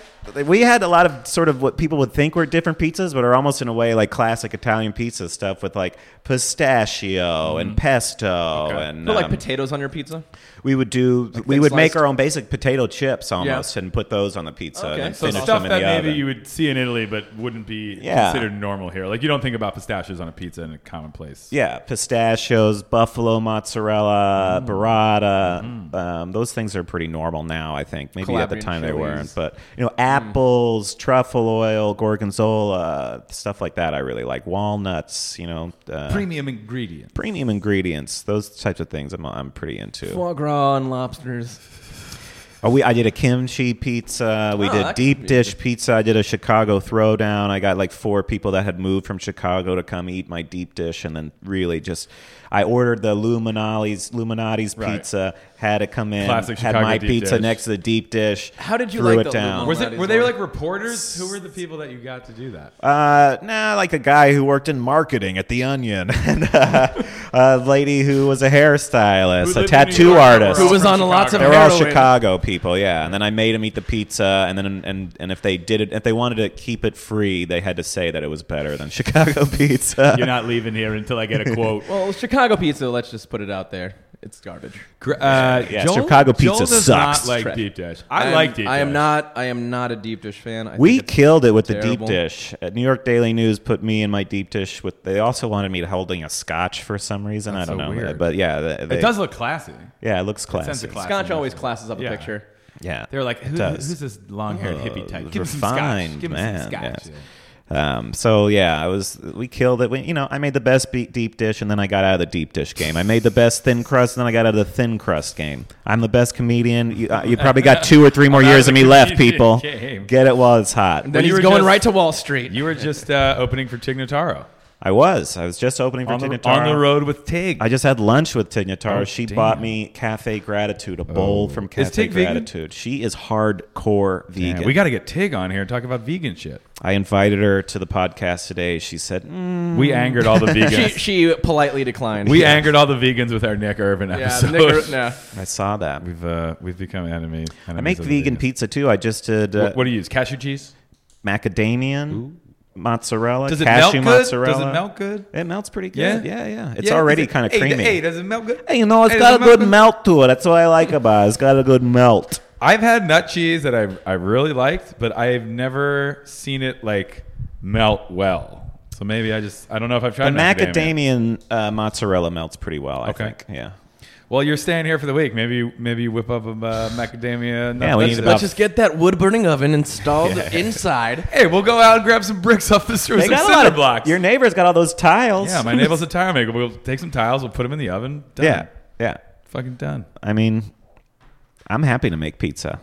Speaker 3: we had a lot of sort of what people would think were different pizzas, but are almost in a way like classic Italian pizza stuff with like pistachio and pesto
Speaker 1: Okay.
Speaker 3: and
Speaker 2: Put like
Speaker 3: um,
Speaker 2: potatoes on your pizza.
Speaker 3: we would do we
Speaker 2: thin
Speaker 3: would make
Speaker 2: sliced?
Speaker 3: our own basic potato chips almost and put those on the pizza
Speaker 2: Okay.
Speaker 3: and then
Speaker 2: So
Speaker 1: So
Speaker 3: finish
Speaker 1: stuff
Speaker 3: them in
Speaker 1: that
Speaker 3: the
Speaker 1: maybe
Speaker 3: oven.
Speaker 1: you would see in Italy but wouldn't be
Speaker 3: Yeah.
Speaker 1: considered normal here. Like you don't think about pistachios on a pizza in a commonplace.
Speaker 3: yeah, pistachios, buffalo mozzarella,
Speaker 2: Mm.
Speaker 3: burrata. Um, those things are pretty normal now, I think. Maybe at the
Speaker 2: Mm-hmm. Calabrian
Speaker 3: time they
Speaker 2: chilies. Mm.
Speaker 3: weren't, but you know, apples, truffle oil, gorgonzola, stuff like that. I really like walnuts. You know, uh,
Speaker 1: Premium ingredient.
Speaker 3: premium ingredients, those types of things. I'm, I'm pretty into.
Speaker 2: Foie gras and lobsters.
Speaker 3: Oh, we I did a kimchi pizza. We
Speaker 2: Oh,
Speaker 3: did
Speaker 2: that
Speaker 3: deep
Speaker 2: could be
Speaker 3: dish pizza. I did a Chicago throwdown. I got like four people that had moved from Chicago to come eat my deep dish, and then really just I ordered the Luminati's Luminati's
Speaker 1: Right.
Speaker 3: pizza. Had it come in.
Speaker 1: Classic
Speaker 3: had
Speaker 1: Chicago
Speaker 3: my
Speaker 1: deep
Speaker 3: pizza
Speaker 1: dish.
Speaker 3: next to the deep dish.
Speaker 2: How did you
Speaker 3: threw
Speaker 2: like the
Speaker 3: it down?
Speaker 2: Luminati?
Speaker 1: Was it? Were they like reporters? Who were the people that you got to do that?
Speaker 3: Uh, nah, like a guy who worked in marketing at The Onion, and uh, a lady who was a
Speaker 1: Who
Speaker 3: hairstylist, a
Speaker 1: lived in New
Speaker 3: tattoo
Speaker 1: York and
Speaker 3: artist,
Speaker 1: were all
Speaker 2: Who was
Speaker 1: from
Speaker 2: on lots of
Speaker 1: Chicago?
Speaker 3: They're all
Speaker 2: Heroin.
Speaker 3: Chicago people, yeah. And then I made them eat the pizza, and then and and if they did it, if they wanted to keep it free, they had to say that it was better than Chicago pizza.
Speaker 1: You're not leaving here until I get a quote.
Speaker 2: Well, Chicago pizza. Let's just put it out there. It's garbage.
Speaker 1: Gr- Uh,
Speaker 3: Yeah, Chicago
Speaker 1: Joel
Speaker 3: pizza
Speaker 1: does
Speaker 3: sucks.
Speaker 1: Not like
Speaker 2: Correct.
Speaker 1: deep dish. I,
Speaker 2: am-
Speaker 1: like deep.
Speaker 2: I am
Speaker 1: dish.
Speaker 2: not. I am not a deep dish fan. I
Speaker 3: we
Speaker 2: think it's-
Speaker 3: killed it with the deep
Speaker 2: terrible.
Speaker 3: dish. At New York Daily News put me in my deep dish. With they also wanted me to holding a scotch for some reason.
Speaker 1: That's
Speaker 3: I don't
Speaker 1: so
Speaker 3: know,
Speaker 1: weird.
Speaker 3: but yeah, they,
Speaker 1: It does look classy.
Speaker 3: Yeah, it looks
Speaker 1: Sense
Speaker 3: classy.
Speaker 1: of class.
Speaker 2: Scotch always classes up
Speaker 1: Yeah.
Speaker 2: a picture.
Speaker 3: Yeah,
Speaker 1: They were like, Who,
Speaker 3: does.
Speaker 1: who's this long-haired hippie type? Give him some
Speaker 3: Uh, refined,
Speaker 1: scotch. Give him some
Speaker 3: man,
Speaker 1: scotch.
Speaker 3: yeah. Um, so yeah, I was we killed it. We, you know, I made the best be- deep dish, and then I got out of the deep dish game. I made the best thin crust, and then I got out of the thin crust game. I'm the best comedian. You, uh, you probably got two or three more
Speaker 1: I'm out
Speaker 3: years
Speaker 1: of
Speaker 3: of
Speaker 1: the
Speaker 3: me left,
Speaker 1: comedian
Speaker 3: people.
Speaker 1: game.
Speaker 3: Get it while it's hot.
Speaker 2: Then
Speaker 1: you
Speaker 2: he's
Speaker 1: were
Speaker 2: going
Speaker 1: just-
Speaker 2: right to Wall Street.
Speaker 1: You were just uh, opening for Tig Notaro.
Speaker 3: I was. I was just opening for
Speaker 1: on, the,
Speaker 3: Tignataro.
Speaker 1: on the road with Tig.
Speaker 3: I just had lunch with Tignataro.
Speaker 1: Oh,
Speaker 3: she
Speaker 1: damn. Oh.
Speaker 3: bought me Cafe Gratitude, a bowl from Cafe
Speaker 1: Tig vegan?
Speaker 3: Gratitude. She is hardcore vegan.
Speaker 1: Damn, we got to get Tig on here and talk about vegan shit.
Speaker 3: I invited her to the podcast today. She said, "Mm,
Speaker 1: We angered all the
Speaker 2: she,
Speaker 1: vegans.
Speaker 2: she politely declined.
Speaker 1: we angered all the vegans with our Nick Irvin
Speaker 2: Yeah,
Speaker 1: episode.
Speaker 2: nigger, no.
Speaker 3: "I saw that."
Speaker 1: We've uh, we've become enemy.
Speaker 3: I make vegan pizza too. I just did. Uh,
Speaker 1: What, what do you use? Cashew cheese?
Speaker 3: macadamian, mozzarella,
Speaker 1: Does it melt
Speaker 3: cashew
Speaker 1: good?
Speaker 3: mozzarella.
Speaker 1: Does it melt good?
Speaker 3: It melts pretty good.
Speaker 1: Yeah?
Speaker 3: Yeah, yeah. It's already kind of creamy.
Speaker 1: Hey, does it melt good?
Speaker 3: Hey, you know, it's
Speaker 1: Hey, does it
Speaker 3: got a
Speaker 1: melt
Speaker 3: good melt to it. That's what I like about it. It's got a good melt.
Speaker 1: I've had nut cheese that I I really liked, but I've never seen it like melt well. So maybe I just I don't know if I've
Speaker 3: The
Speaker 1: tried macadamia.
Speaker 3: macadamian uh, mozzarella melts pretty well, I
Speaker 1: Okay.
Speaker 3: think. Yeah.
Speaker 1: Well, you're staying here for the week. Maybe maybe you whip up a uh, macadamia. Nut
Speaker 3: Yeah, we need
Speaker 1: vegetable.
Speaker 3: to-
Speaker 2: Let's just get that wood burning oven installed inside.
Speaker 1: Hey, we'll go out and grab some bricks off the street. Some cinder blocks.
Speaker 3: Your neighbor's got all those tiles.
Speaker 1: yeah, my neighbor's a tile maker. We'll take some tiles. We'll put them in the oven. Done.
Speaker 3: yeah, yeah.
Speaker 1: fucking done.
Speaker 3: I mean, I'm happy to make pizza.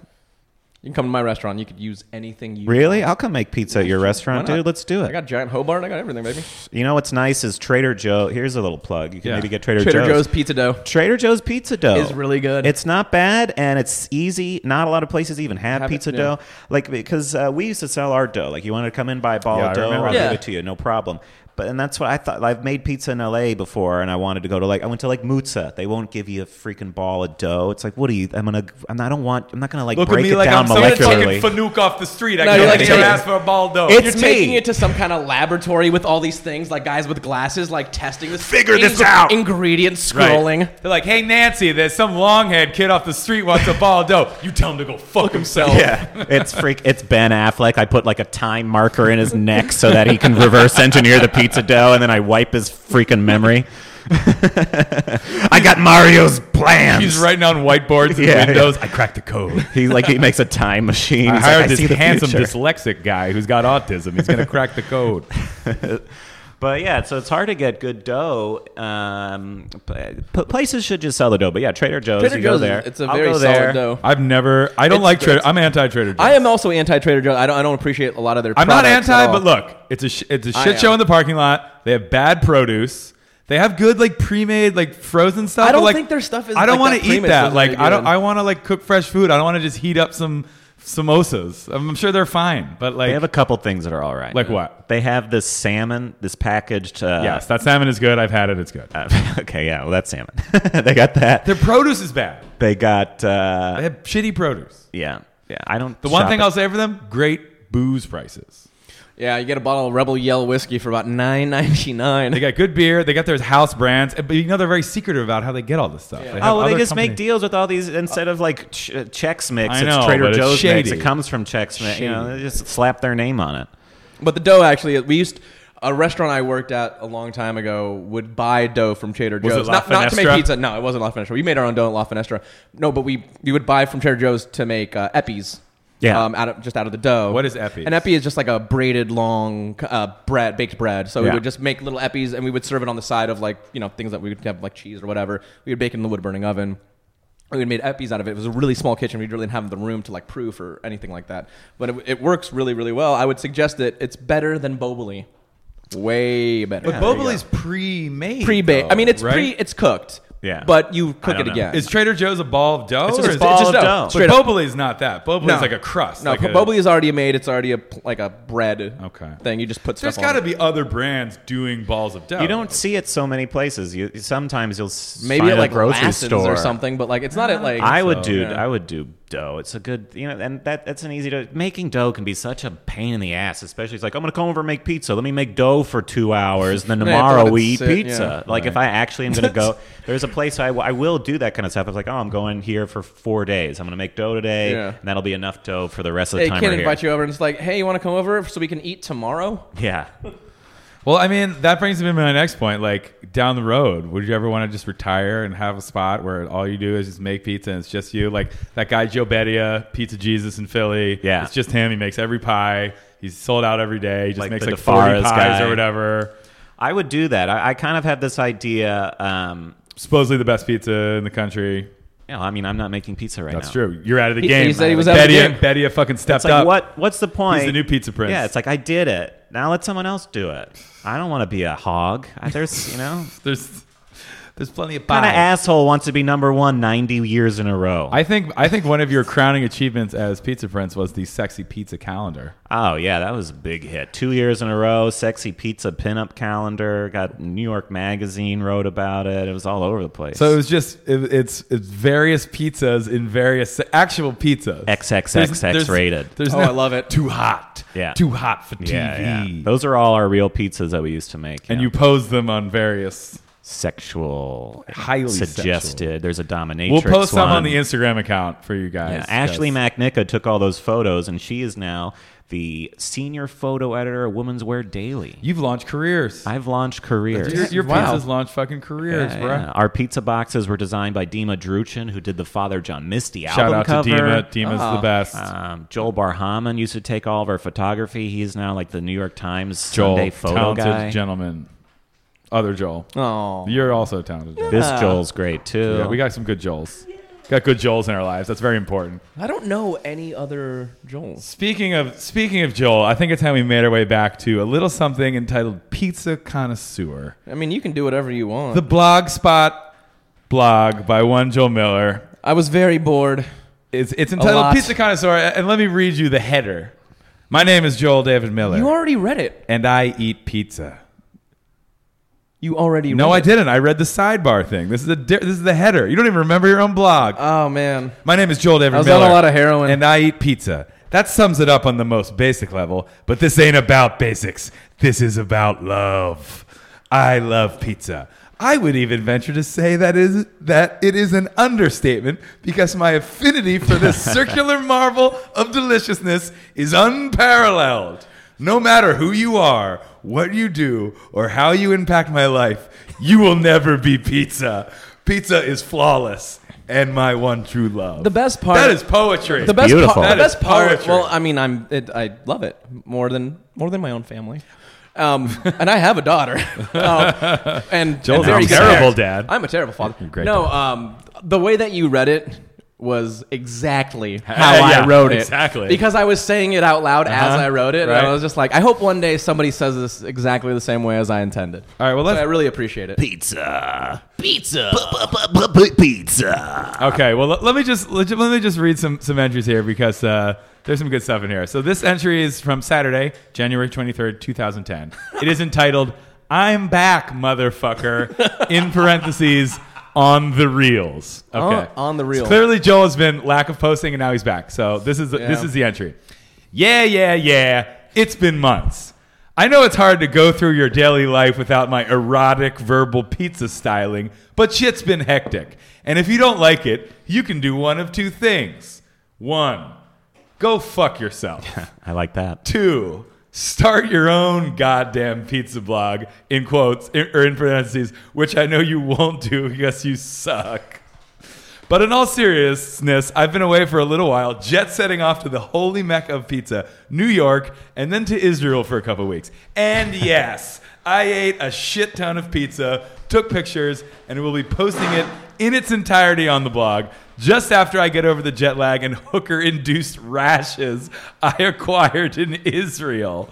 Speaker 2: You can come to my restaurant. You could use anything you
Speaker 3: Really? I'll come make pizza at your restaurant,
Speaker 2: Why not?
Speaker 3: dude. Let's do
Speaker 2: I
Speaker 3: it.
Speaker 2: got giant Hobart. I got everything, baby.
Speaker 3: You know what's nice is Trader Joe. Here's a little plug. You can
Speaker 1: Yeah.
Speaker 3: maybe get Trader,
Speaker 2: Trader Joe's
Speaker 3: Joe's
Speaker 2: pizza dough.
Speaker 3: Trader Joe's pizza dough
Speaker 2: Is really good.
Speaker 3: It's not bad and it's easy. Not a lot of places even have,
Speaker 2: Have it,
Speaker 3: pizza
Speaker 2: yeah.
Speaker 3: dough. Like because uh, we used to sell our dough. Like you wanted to come in buy a ball
Speaker 1: Yeah, I
Speaker 3: of dough,
Speaker 1: remember
Speaker 3: I'll
Speaker 2: that.
Speaker 3: give it to you, no problem. But and that's what I thought. I've made pizza in L.A. before, and I wanted to go to like I went to like Mutza. They won't give you a freaking ball of dough. It's like what are you? I'm gonna. I'm not, I don't want. I'm not gonna like
Speaker 1: Look
Speaker 3: break
Speaker 1: at me
Speaker 3: it
Speaker 1: like
Speaker 3: down
Speaker 1: I'm some fucking
Speaker 3: molecularly.
Speaker 1: fanook off the street. I
Speaker 2: No,
Speaker 1: can't
Speaker 2: you're like
Speaker 1: like,
Speaker 2: taking-
Speaker 1: ask for a ball dough.
Speaker 3: It's
Speaker 2: You're
Speaker 3: me.
Speaker 2: taking it to some kind of laboratory with all these things, like guys with glasses, like testing this.
Speaker 3: Figure this out.
Speaker 2: Ingredient
Speaker 1: Right.
Speaker 2: scrolling.
Speaker 1: They're like, hey, Nancy, there's some longhead kid off the street wants a ball of dough. You tell him to go fuck himself.
Speaker 3: yeah, it's freak. It's Ben Affleck. I put like a time marker in his neck so that he can reverse engineer the pizza dough, and then I wipe his freaking memory. I got Mario's plans.
Speaker 1: He's writing on whiteboards and
Speaker 3: Yeah, yeah.
Speaker 1: windows. I cracked the code.
Speaker 3: He like he makes a time machine.
Speaker 1: I
Speaker 3: He's
Speaker 1: hired
Speaker 3: like,
Speaker 1: this
Speaker 3: see the
Speaker 1: handsome
Speaker 3: future."
Speaker 1: dyslexic guy who's got autism. He's going to crack the code.
Speaker 3: But yeah, so it's hard to get good dough. Um, but- but places should just sell the dough. But yeah, Trader Joe's.
Speaker 2: Trader
Speaker 3: you
Speaker 2: Joe's.
Speaker 3: go there.
Speaker 2: It's a
Speaker 3: I'll
Speaker 2: very
Speaker 3: go
Speaker 2: solid
Speaker 3: there.
Speaker 2: dough.
Speaker 1: I've never, I don't
Speaker 2: It's
Speaker 1: like
Speaker 2: great.
Speaker 1: Trader I'm anti Trader Joe's.
Speaker 2: I am also anti Trader Joe's. I don't. I don't appreciate a lot of their.
Speaker 1: I'm not
Speaker 2: products at
Speaker 1: anti,
Speaker 2: all.
Speaker 1: but look, it's a sh- it's a
Speaker 2: I
Speaker 1: shit
Speaker 2: am.
Speaker 1: show in the parking lot. They have bad produce. They have good like pre-made like frozen stuff. but,
Speaker 2: I don't
Speaker 1: like,
Speaker 2: think their stuff is,
Speaker 1: I don't
Speaker 2: like,
Speaker 1: want
Speaker 2: that
Speaker 1: to eat
Speaker 2: pre-made
Speaker 1: that.
Speaker 2: stuff is
Speaker 1: Like
Speaker 2: really
Speaker 1: I don't.
Speaker 2: good.
Speaker 1: I want to like cook fresh food. I don't want to just heat up some samosas. I'm, I'm sure they're fine, but
Speaker 3: They
Speaker 1: like
Speaker 3: have a couple things that are all right.
Speaker 1: Like what?
Speaker 3: They have this salmon, this packaged. Uh,
Speaker 1: yes, that salmon is good. I've had it. It's good.
Speaker 3: uh, okay, yeah. Well, that's salmon. they got that.
Speaker 1: Their produce is bad.
Speaker 3: They got.
Speaker 1: They
Speaker 3: Uh,
Speaker 1: have shitty produce.
Speaker 3: yeah. Yeah, I don't.
Speaker 1: The one
Speaker 3: shop
Speaker 1: thing
Speaker 3: at-
Speaker 1: I'll say for them: great booze prices.
Speaker 2: Yeah, you get a bottle of Rebel Yell whiskey for about nine ninety
Speaker 1: They
Speaker 2: nine.
Speaker 1: got good beer. They got their house brands, but you know they're very secretive about how they get all this stuff. have
Speaker 3: Oh, well, they
Speaker 1: other
Speaker 3: just make
Speaker 1: companies-
Speaker 3: deals with all these instead of like ch- uh, Chex Mix.
Speaker 1: I
Speaker 3: it's
Speaker 1: know,
Speaker 3: Trader
Speaker 1: but it's
Speaker 3: Joe's mix.
Speaker 1: shady.
Speaker 3: It comes from Chex Mix. You know,
Speaker 1: Shady.
Speaker 3: they just slap their name on it.
Speaker 2: But the dough actually, we used a restaurant I worked at a long time ago would buy dough from Trader
Speaker 1: Was it
Speaker 2: Joe's.
Speaker 1: La
Speaker 2: not, not to make
Speaker 1: Finestra?
Speaker 2: pizza. No, it wasn't La Finestra. We made our own dough at La Finestra. No, but we we would buy from Trader Joe's to make uh, eppies.
Speaker 3: Yeah.
Speaker 2: um, out of just out of the dough.
Speaker 1: What is eppies?
Speaker 2: An epi is just like a braided long uh, bread, baked bread. So
Speaker 3: Yeah.
Speaker 2: we would just make little eppies, and we would serve it on the side of like you know things that we would have like cheese or whatever. We would bake it in the wood burning oven. We had made eppies out of it. It was a really small kitchen. We really didn't have the room to like proof or anything like that. But it, it works really, really well. I would suggest it. It's better than Boboli. Way better.
Speaker 1: But Bobli's pre-made.
Speaker 2: pre-baked. I mean, it's
Speaker 1: right?
Speaker 2: pre. It's cooked.
Speaker 3: Yeah.
Speaker 2: But you cook
Speaker 3: don't
Speaker 2: it
Speaker 3: know.
Speaker 2: again.
Speaker 1: Is Trader Joe's a ball of dough?
Speaker 3: It's
Speaker 1: or
Speaker 3: just
Speaker 1: is
Speaker 3: a ball
Speaker 2: just
Speaker 3: of
Speaker 2: dough.
Speaker 3: dough.
Speaker 2: Straight
Speaker 1: But
Speaker 2: up.
Speaker 1: Bobli's not that. Bobli's like a crust.
Speaker 2: No,
Speaker 1: like a-
Speaker 2: Boboli is already made. It's already a pl- like a bread.
Speaker 1: Okay.
Speaker 2: Thing you just put
Speaker 1: There's
Speaker 2: stuff.
Speaker 1: got
Speaker 2: on
Speaker 1: to
Speaker 2: it.
Speaker 1: be other brands doing balls of dough.
Speaker 3: You don't see it so many places. You sometimes you'll s-
Speaker 2: maybe
Speaker 3: find
Speaker 2: at
Speaker 3: a
Speaker 2: like
Speaker 3: grocery
Speaker 2: Lassen's
Speaker 3: store
Speaker 2: or something, but like it's not at like
Speaker 3: Ah. I would
Speaker 1: so,
Speaker 3: do.
Speaker 2: yeah.
Speaker 3: I would do dough. It's a good, you know, and that that's an easy to making dough can be such a pain in the ass. Especially, it's like I'm gonna come over and make pizza. Let me make dough for two hours, and then
Speaker 2: Yeah, don't
Speaker 3: tomorrow
Speaker 2: let it
Speaker 3: we eat
Speaker 2: sit,
Speaker 3: pizza.
Speaker 2: yeah.
Speaker 3: Like if I actually am gonna go, there's a place I, I will do that kind of stuff. I was like, oh, I'm going here for four days. I'm gonna make dough today,
Speaker 2: Yeah.
Speaker 3: and that'll be enough dough for the rest of the
Speaker 2: They
Speaker 3: time.
Speaker 2: can't
Speaker 3: we're
Speaker 2: invite
Speaker 3: here.
Speaker 2: you over and it's like, hey, you want to come over so we can eat tomorrow?
Speaker 3: Yeah,
Speaker 1: Well, I mean, that brings me to my next point. Like down the road, would you ever want to just retire and have a spot where all you do is just make pizza and it's just you? Like that guy Joe Bedia, Pizza Jesus in Philly.
Speaker 3: Yeah.
Speaker 1: it's just him. He makes every pie. He's sold out every day. He just
Speaker 3: Like
Speaker 1: makes
Speaker 3: the
Speaker 1: like forty
Speaker 3: DeFaras
Speaker 1: pies
Speaker 3: guy.
Speaker 1: or whatever.
Speaker 3: I would do that. I, I kind of have this idea. Um,
Speaker 1: Supposedly the best pizza in the country.
Speaker 3: you know, I mean, I'm not making pizza right
Speaker 1: That's
Speaker 3: now.
Speaker 1: true. You're out of the
Speaker 2: He-
Speaker 1: game.
Speaker 2: he said he was
Speaker 1: Bedia,
Speaker 2: out of the game.
Speaker 1: Bedia fucking stepped
Speaker 3: It's like
Speaker 1: up.
Speaker 3: what? What's the point?
Speaker 1: He's the new pizza prince.
Speaker 3: Yeah, it's like I did it. Now let someone else do it. I don't want to be a hog. I- There's, you know,
Speaker 1: There's there's plenty of
Speaker 3: kind of
Speaker 1: pie.
Speaker 3: asshole wants to be number one 90 years in a row.
Speaker 1: I think I think one of your crowning achievements as Pizza Prince was the sexy pizza calendar.
Speaker 3: oh yeah, that was a big hit. Two years in a row. Sexy pizza pinup calendar. Got New York Magazine wrote about it. It was all over the place.
Speaker 1: So it was just it, it's it's various pizzas in various actual pizzas.
Speaker 3: XXXX rated.
Speaker 1: There's
Speaker 2: Oh,
Speaker 1: no-
Speaker 2: I love it.
Speaker 1: Too hot.
Speaker 3: Yeah.
Speaker 1: Too hot for TV.
Speaker 3: yeah, yeah. those are all our real pizzas that we used to make.
Speaker 1: And
Speaker 3: know.
Speaker 1: you pose them on various.
Speaker 3: sexual,
Speaker 1: Highly
Speaker 3: suggested.
Speaker 1: sexual.
Speaker 3: There's a dominatrix.
Speaker 1: We'll post some
Speaker 3: one.
Speaker 1: on the Instagram account for you guys.
Speaker 3: Yeah, Ashley
Speaker 1: Yes.
Speaker 3: MacNicka took all those photos, and she is now the senior photo editor at Women's Wear Daily.
Speaker 1: you've launched careers.
Speaker 3: I've launched careers.
Speaker 1: your your
Speaker 2: Wow.
Speaker 1: pizzas launched fucking careers,
Speaker 3: Yeah,
Speaker 1: bro.
Speaker 3: yeah. Our pizza boxes were designed by Dima Druchin, who did the Father John Misty
Speaker 1: Shout
Speaker 3: album
Speaker 1: out
Speaker 3: cover.
Speaker 1: to Dima. Dima's
Speaker 2: Oh.
Speaker 1: the best.
Speaker 3: Um, Joel Barhaman used to take all of our photography. He's now like the New York Times
Speaker 1: Joel,
Speaker 3: Sunday photo
Speaker 1: talented
Speaker 3: guy.
Speaker 1: gentleman. Other Joel.
Speaker 2: Oh,
Speaker 1: You're also talented. Joel.
Speaker 2: Uh.
Speaker 3: This Joel's great too.
Speaker 1: Yeah, we got some good Joels. Got good Joels in our lives. That's very important.
Speaker 2: I don't know any other Joels.
Speaker 1: Speaking of speaking of Joel, I think it's time we made our way back to a little something entitled Pizza Connoisseur,
Speaker 2: I mean, you can do whatever you want.
Speaker 1: the Blogspot blog by one Joel Miller.
Speaker 2: I was very bored.
Speaker 1: It's it's
Speaker 2: lot.
Speaker 1: entitled Pizza Connoisseur, and let me read you the header. My name is Joel David Miller,
Speaker 2: You already read it.
Speaker 1: and I eat pizza.
Speaker 2: You already.
Speaker 1: No,
Speaker 2: read
Speaker 1: I
Speaker 2: it.
Speaker 1: didn't. I read the sidebar thing. This is a di- this is the header. You don't even remember your own blog.
Speaker 2: Oh man.
Speaker 1: My name is Joel David
Speaker 2: I was on
Speaker 1: Miller.
Speaker 2: a lot of heroin.
Speaker 1: And I eat pizza. That sums it up on the most basic level, but this ain't about basics. This is about love. I love pizza. I would even venture to say that is that it is an understatement because my affinity for this circular marvel of deliciousness is unparalleled. No matter who you are, what you do, or how you impact my life, you will never be pizza. Pizza is flawless and my one true love.
Speaker 2: The best part-
Speaker 1: That is poetry.
Speaker 2: The best
Speaker 3: beautiful.
Speaker 2: part. The
Speaker 1: That is
Speaker 2: best part.
Speaker 1: poetry.
Speaker 2: Well, I mean, I'm. It, I love it more than more than my own family. Um, and I have a daughter. Um, and
Speaker 1: Joel's
Speaker 2: and very
Speaker 1: a
Speaker 2: good
Speaker 1: terrible
Speaker 2: parent.
Speaker 1: dad.
Speaker 2: I'm a terrible father.
Speaker 1: Great
Speaker 2: no, um, the way that you read it was exactly how
Speaker 1: yeah,
Speaker 2: I wrote it.
Speaker 1: exactly.
Speaker 2: Because I was saying it out loud as
Speaker 1: Uh-huh,
Speaker 2: I wrote it. And
Speaker 1: right.
Speaker 2: I was just like, I hope one day somebody says this exactly the same way as I intended.
Speaker 1: All right, well,
Speaker 2: So
Speaker 1: let's-
Speaker 2: I really appreciate it.
Speaker 4: Pizza. Pizza. Pizza.
Speaker 1: Okay, well let, let me just let, ju- let me just read some some entries here because uh, there's some good stuff in here. So this entry is from Saturday, January 23rd, 2010. It is entitled "I'm Back, Motherfucker." in parentheses, on the reels. Okay,
Speaker 2: Oh, On- on the reel.
Speaker 1: So clearly, Joel has been lack of posting, and now he's back. So this is the,
Speaker 2: Yeah.
Speaker 1: this is the entry. Yeah, yeah, yeah. It's been months. I know it's hard to go through your daily life without my erotic verbal pizza styling, but shit's been hectic. And if you don't like it, you can do one of two things. One, go fuck yourself.
Speaker 3: I like that.
Speaker 1: Two, start your own goddamn pizza blog in quotes in- or in parentheses, which I know you won't do because you suck. But in all seriousness, I've been away for a little while, jet setting off to the holy mecca of pizza, New York, and then to Israel for a couple weeks. And yes, I ate a shit ton of pizza, took pictures, and will be posting it in its entirety on the blog just after I get over the jet lag and hooker induced rashes I acquired in Israel.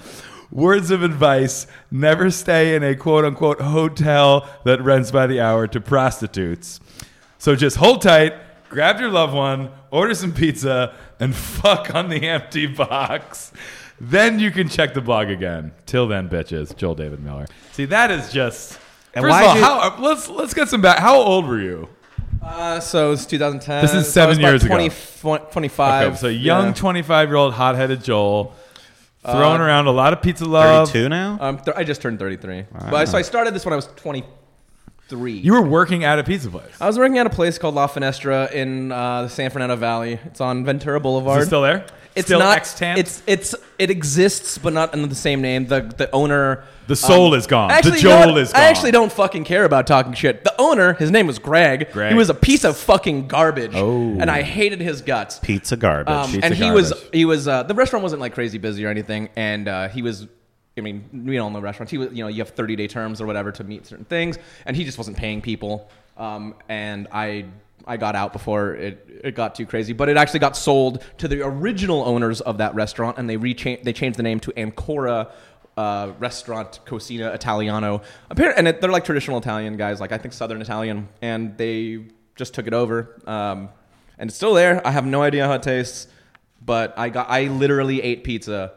Speaker 1: Words of advice never stay in a quote unquote hotel that rents by the hour to prostitutes. So just hold tight, grab your loved one, order some pizza, and fuck on the empty box. Then you can check the blog again. Till then, bitches. Joel David Miller. See, that is just.
Speaker 3: And
Speaker 1: first
Speaker 3: why
Speaker 1: of all,
Speaker 3: do-
Speaker 1: how, uh, let's let's get some back. How old were you?
Speaker 2: Uh, so it's 2010.
Speaker 1: This is
Speaker 2: So I was
Speaker 1: seven
Speaker 2: about
Speaker 1: years ago.
Speaker 2: 20, ago. 25.
Speaker 1: Okay, so young,
Speaker 2: yeah.
Speaker 1: twenty-five-year-old, hot-headed Joel, throwing
Speaker 2: Uh,
Speaker 1: around a lot of pizza love. uh,
Speaker 3: 32 now?
Speaker 2: Um, th- I just turned 33. But I, so I started this when I was 23.
Speaker 1: You were working at a pizza place.
Speaker 2: I was working at a place called La Finestra in uh, the San Fernando Valley. It's on Ventura Boulevard.
Speaker 1: Is it still there?
Speaker 2: It's
Speaker 1: still
Speaker 2: not.
Speaker 1: extant?
Speaker 2: It's it's it exists, but not under the same name. The the owner. um,
Speaker 1: The soul is gone. The
Speaker 2: Actually, you
Speaker 1: Joel
Speaker 2: know what?
Speaker 1: is gone.
Speaker 2: I actually don't fucking care about talking shit. The owner, his name was Greg.
Speaker 1: Greg.
Speaker 2: He was a piece of fucking garbage.
Speaker 1: Oh.
Speaker 2: And I hated his guts.
Speaker 3: Pizza garbage.
Speaker 2: Um,
Speaker 1: Pizza
Speaker 2: and he
Speaker 1: garbage.
Speaker 2: was he was uh, the restaurant wasn't like crazy busy or anything, and uh, he was. I mean, we all know restaurants. He was, you know, you have thirty day terms or whatever to meet certain things, and he just wasn't paying people. Um, and I I got out before it, it got too crazy, but it actually got sold to the original owners of that restaurant, and they rechan- they changed the name to Ancora. Uh, restaurant Cocina Italiano, Appar- and it, they're like traditional Italian guys, like I think Southern Italian, and they just took it over. Um, and it's still there. I have no idea how it tastes, but I got I literally ate pizza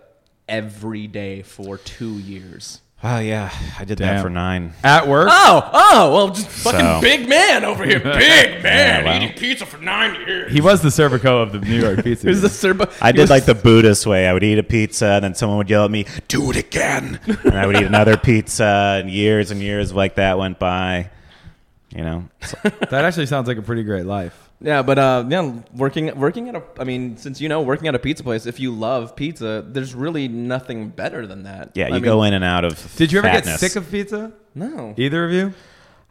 Speaker 2: every day for two years.
Speaker 3: oh, yeah. I did
Speaker 1: Damn.
Speaker 3: that for nine.
Speaker 1: at work.
Speaker 2: Oh, oh, well, just fucking
Speaker 3: So-
Speaker 2: big man over here, big man.
Speaker 3: Yeah, well.
Speaker 2: eating pizza for nine years.
Speaker 1: He was the Serpico of the New York pizza.
Speaker 2: It was
Speaker 1: Union.
Speaker 2: the serba.
Speaker 3: I
Speaker 2: it
Speaker 3: did
Speaker 2: was-
Speaker 3: like the Buddhist way. I would eat a pizza, and then someone would yell at me, "Do it again!" And I would eat another pizza, and years and years like that went by. You know, So-
Speaker 1: that actually sounds like a pretty great life.
Speaker 2: yeah, but uh, yeah, working working at a. I mean, since you know working at a pizza place, if you love pizza, there's really nothing better than that.
Speaker 3: yeah,
Speaker 2: I
Speaker 3: you
Speaker 2: mean,
Speaker 3: go in and out of.
Speaker 1: Did you ever
Speaker 3: fatness.
Speaker 1: get sick of pizza?
Speaker 2: No,
Speaker 1: Either of you?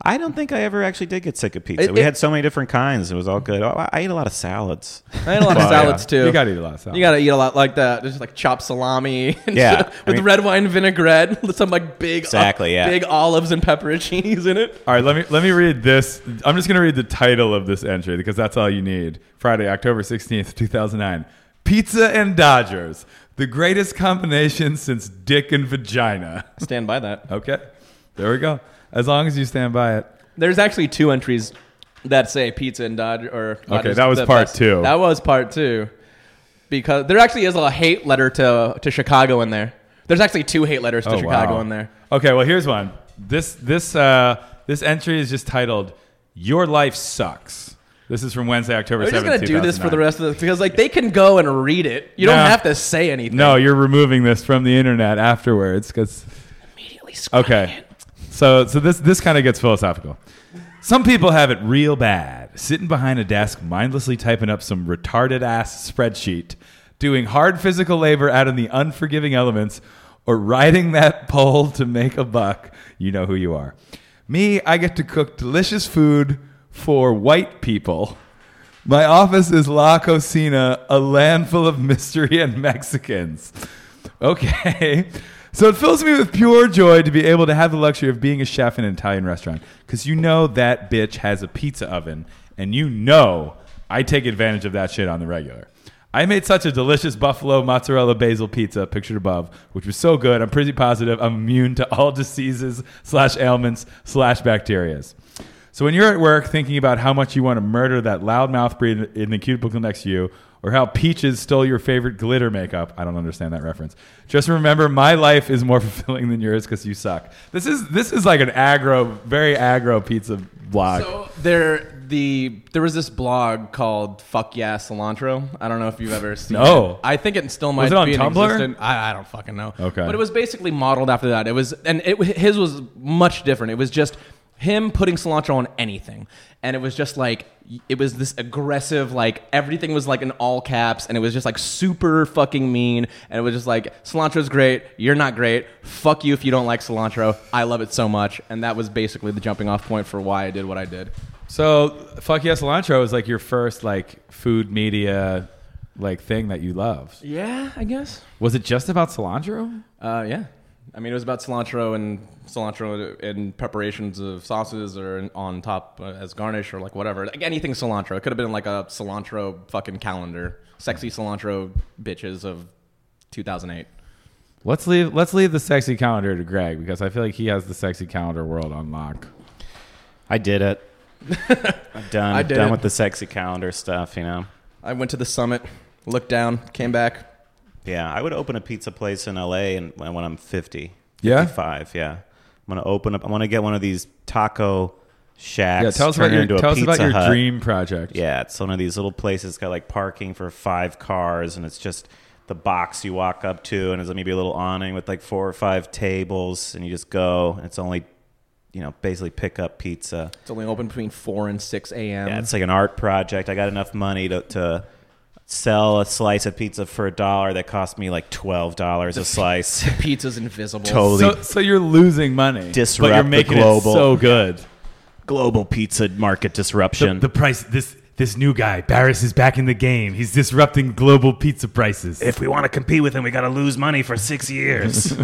Speaker 3: I don't think I ever actually did get sick of pizza.
Speaker 2: It-
Speaker 3: we
Speaker 2: it-
Speaker 3: had so many different kinds; it was all good. Oh, I, I ate a lot of salads.
Speaker 2: I ate a lot
Speaker 3: Well,
Speaker 2: of
Speaker 3: yeah.
Speaker 2: salads too.
Speaker 1: You gotta eat a lot of salad.
Speaker 2: You gotta eat a lot like that. Just like chopped salami, and
Speaker 3: Yeah,
Speaker 2: shit,
Speaker 3: I
Speaker 2: with
Speaker 3: mean-
Speaker 2: red wine vinaigrette, with some like big, uh,
Speaker 3: Exactly, yeah.
Speaker 2: big olives and pepperoncinis in it.
Speaker 1: All right, let me let me read this. I'm just going to read the title of this entry because that's all you need. Friday, October 16th, 2009. Pizza and Dodgers, the greatest combination since dick and vagina.
Speaker 2: Stand by that.
Speaker 1: Okay. There we go. As long as you stand by it.
Speaker 2: There's actually two entries that say pizza and Dodger. Or Dodger's
Speaker 1: that was
Speaker 2: the
Speaker 1: part
Speaker 2: best.
Speaker 1: two.
Speaker 2: That was part two, because there actually is a hate letter to to Chicago in there. There's actually two hate letters to
Speaker 1: Oh,
Speaker 2: Chicago
Speaker 1: wow.
Speaker 2: in there.
Speaker 1: Okay, well here's one. This this uh, this entry is just titled "Your Life Sucks." This is from Wednesday, October.
Speaker 2: We're just
Speaker 1: 7th,
Speaker 2: gonna do this for the
Speaker 1: 2009.
Speaker 2: rest of the because like they can go and read it. You
Speaker 1: No.
Speaker 2: don't have to say anything.
Speaker 1: No, you're removing this from the internet afterwards because
Speaker 4: Immediately
Speaker 1: Okay. So so this this kind of gets philosophical. Some people have it real bad, sitting behind a desk mindlessly typing up some retarded ass spreadsheet, doing hard physical labor out in the unforgiving elements, or riding that pole to make a buck. You know who you are. Me, I get to cook delicious food for white people. My office is La Cocina, a land full of mystery and Mexicans. Okay. So it fills me with pure joy to be able to have the luxury of being a chef in an Italian restaurant because you know that bitch has a pizza oven and you know I take advantage of that shit on the regular. I made such a delicious buffalo mozzarella basil pizza pictured above, which was so good. I'm pretty positive I'm immune to all diseases slash ailments slash bacterias. So when you're at work thinking about how much you want to murder that loudmouth breed in the cubicle next to you, or how peaches stole your favorite glitter makeup, I don't understand that reference. Just remember, my life is more fulfilling than yours because you suck. This is this is like an aggro, very aggro pizza blog.
Speaker 2: So there, the there was this blog called "Fuck Yeah Cilantro." I don't know if you've ever seen.
Speaker 1: No.
Speaker 2: it. I think it still might
Speaker 1: it on
Speaker 2: be in
Speaker 1: Tumblr?
Speaker 2: existence. I, I don't fucking know.
Speaker 1: Okay.
Speaker 2: but it was basically modeled after that. It was, and it his was much different. It was just him putting cilantro on anything, and it was just like it was this aggressive, like everything was like in all caps, and it was just like super fucking mean, and it was just like cilantro's great, you're not great, fuck you if you don't like cilantro, I love it so much, and that was basically the jumping off point for why I did what I did.
Speaker 1: So, fuck yes, cilantro is like your first like food media like thing that you loved.
Speaker 2: Yeah, I guess.
Speaker 1: Was it just about cilantro?
Speaker 2: Uh, yeah. I mean, it was about cilantro and cilantro in preparations of sauces or in- on top uh, as garnish or like whatever. Like anything cilantro. It could have been like a cilantro fucking calendar. Sexy cilantro bitches of 2008.
Speaker 1: Let's leave let's leave the sexy calendar to Greg because I feel like he has the sexy calendar world on lock.
Speaker 3: I did it. I'm done.
Speaker 2: I did
Speaker 3: done
Speaker 2: it.
Speaker 3: with the sexy calendar stuff, you know.
Speaker 2: I went to the summit, looked down, came back.
Speaker 3: Yeah, I would open a pizza place in LA and when when I'm 50.
Speaker 1: Yeah?
Speaker 3: 55, yeah. I'm going to open up I want to get one of these taco shacks.
Speaker 1: Yeah, tell us
Speaker 3: turn
Speaker 1: about
Speaker 3: it
Speaker 1: your
Speaker 3: into a
Speaker 1: tell us about
Speaker 3: Pizza
Speaker 1: your
Speaker 3: Hut.
Speaker 1: dream project.
Speaker 3: Yeah, it's one of these little places it's got like parking for five cars, and it's just the box you walk up to, and there's maybe a little awning with like four or five tables, and you just go. And it's only, you know, basically pick up pizza.
Speaker 2: It's only open between 4 and 6
Speaker 1: Um,
Speaker 2: a.m.
Speaker 3: Yeah, it's like an art project. I got enough money to. to Sell a slice of pizza for a dollar that cost me like twelve dollars a slice.
Speaker 2: Pizza's invisible.
Speaker 3: Totally.
Speaker 1: So, so you're losing money,
Speaker 3: Disrupt
Speaker 1: but you're
Speaker 3: the
Speaker 1: making
Speaker 3: global-
Speaker 1: it so good.
Speaker 3: Global pizza market disruption.
Speaker 1: price this this new guy Barris is back in the game. He's disrupting global pizza prices.
Speaker 3: if we want to compete with him, we got to lose money for six years.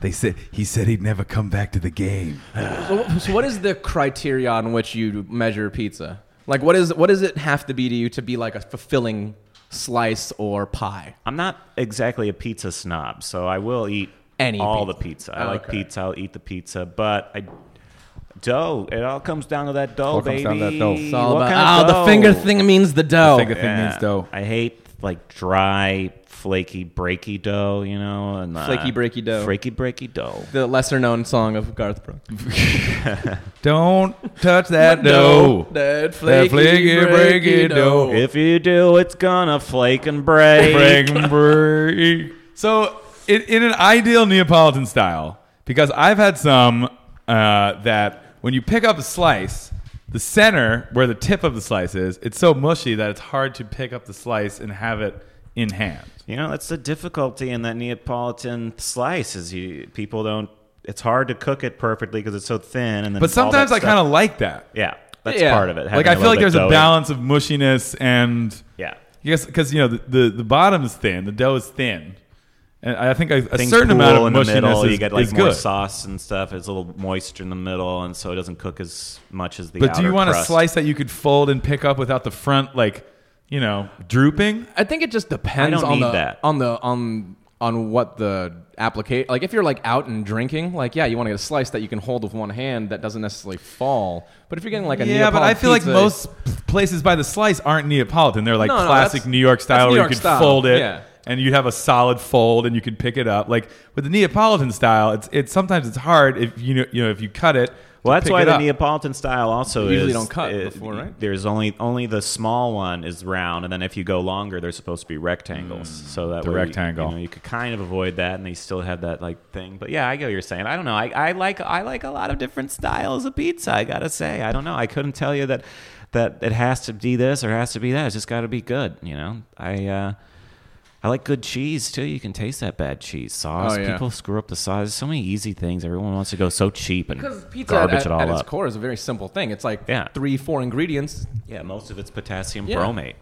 Speaker 1: they said he said he'd never come back to the game.
Speaker 2: So, so what is the criteria on which you measure pizza? Like, what is what does it have to be to you to be like a fulfilling slice or pie?
Speaker 3: I'm not exactly a pizza snob, so I will eat
Speaker 2: Any
Speaker 3: all
Speaker 2: pizza.
Speaker 3: the pizza. I
Speaker 2: Oh,
Speaker 3: like
Speaker 2: okay.
Speaker 3: pizza. I'll eat the pizza, but I dough. It all comes down to that dough,
Speaker 1: all
Speaker 3: baby.
Speaker 1: comes down to that dough. It's
Speaker 2: Oh,
Speaker 3: What kind of
Speaker 2: the finger
Speaker 3: dough?
Speaker 2: thing means the dough.
Speaker 1: finger thing
Speaker 3: Oh,
Speaker 1: means dough.
Speaker 3: I hate like dry, flaky, breaky dough. You know, and uh,
Speaker 2: Flaky, breaky dough.
Speaker 3: Flaky, breaky dough.
Speaker 2: the lesser known song of Garth Brooks.
Speaker 1: Don't touch that dough.
Speaker 2: That flaky,
Speaker 1: flaky,
Speaker 2: breaky,
Speaker 1: breaky
Speaker 2: dough.
Speaker 1: dough.
Speaker 3: If you do, it's gonna flake and break.
Speaker 1: Break, break. So, in, in an ideal Neapolitan style, because I've had some uh, that when you pick up a slice, the center where the tip of the slice is, it's so mushy that it's hard to pick up the slice and have it in hand.
Speaker 3: You know, that's the difficulty in that Neapolitan slice is you people don't. It's hard to cook it perfectly because it's so thin. And then
Speaker 1: But sometimes I kind of like that.
Speaker 3: yeah, that's
Speaker 2: Yeah.
Speaker 3: part of it.
Speaker 1: Like
Speaker 3: having
Speaker 1: I feel
Speaker 3: little
Speaker 1: like
Speaker 3: bit
Speaker 1: there's a
Speaker 3: doughy.
Speaker 1: balance of mushiness and
Speaker 3: Yeah,
Speaker 1: yes, because you know the, the the bottom is thin, the dough is thin, and I think a, a
Speaker 3: Things
Speaker 1: certain amount
Speaker 3: pool
Speaker 1: of
Speaker 3: in
Speaker 1: mushiness
Speaker 3: the middle.
Speaker 1: is,
Speaker 3: you get like
Speaker 1: is
Speaker 3: more
Speaker 1: good.
Speaker 3: sauce and stuff. It's a little moisture in the middle, and so it doesn't cook as much as the.
Speaker 1: But do you
Speaker 3: outer
Speaker 1: want a
Speaker 3: crust.
Speaker 1: slice that you could fold and pick up without the front, like, you know, drooping?
Speaker 2: I think it just depends
Speaker 3: I don't
Speaker 2: on
Speaker 3: need
Speaker 2: the
Speaker 3: that.
Speaker 2: on the on on what the application. Like if you're like out and drinking, like yeah, you want to get a slice that you can hold with one hand that doesn't necessarily fall. But if you're getting like a
Speaker 1: yeah, but
Speaker 2: Neapolitan
Speaker 1: I feel like
Speaker 2: pizza-
Speaker 1: most places by the slice aren't Neapolitan. They're like
Speaker 2: No, no,
Speaker 1: classic
Speaker 2: that's-
Speaker 1: New York style
Speaker 2: that's New
Speaker 1: where
Speaker 2: York
Speaker 1: you could
Speaker 2: style,
Speaker 1: fold it
Speaker 2: yeah.
Speaker 1: and you'd have a solid fold and you could pick it up. Like with the Neapolitan style, it's it's sometimes it's hard if you know you know if you cut it. to
Speaker 3: Well, that's
Speaker 1: pick
Speaker 3: why
Speaker 1: it
Speaker 3: the
Speaker 1: up.
Speaker 3: Neapolitan style also
Speaker 2: You usually
Speaker 3: is-
Speaker 2: don't cut
Speaker 3: it-
Speaker 2: before, right?
Speaker 3: There's only only the small one is round, and then if you go longer, they're supposed to be rectangles.
Speaker 2: Mm.
Speaker 3: so that
Speaker 1: the
Speaker 3: way,
Speaker 1: rectangle.
Speaker 3: you, know, you could kind of avoid that, and they still have that like thing. But yeah, I get what you're saying. I don't know. I, I like I like a lot of different styles of pizza. I gotta say, I don't know. I couldn't tell you that that it has to be this or it has to be that. It's just got to be good. You know, I. uh I like good cheese too. You can taste that bad cheese sauce.
Speaker 2: Oh, yeah.
Speaker 3: People screw up the sauce. There's so many easy things. Everyone wants to go so cheap and
Speaker 2: Because pizza at,
Speaker 3: garbage
Speaker 2: at-
Speaker 3: it all
Speaker 2: at
Speaker 3: up.
Speaker 2: its core is a very simple thing. It's like
Speaker 3: Yeah.
Speaker 2: three, four ingredients.
Speaker 3: Yeah, most of it's potassium
Speaker 2: Yeah.
Speaker 3: bromate.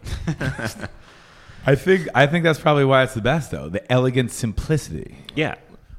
Speaker 1: I think I think that's probably why it's the best though. The elegant simplicity.
Speaker 3: yeah,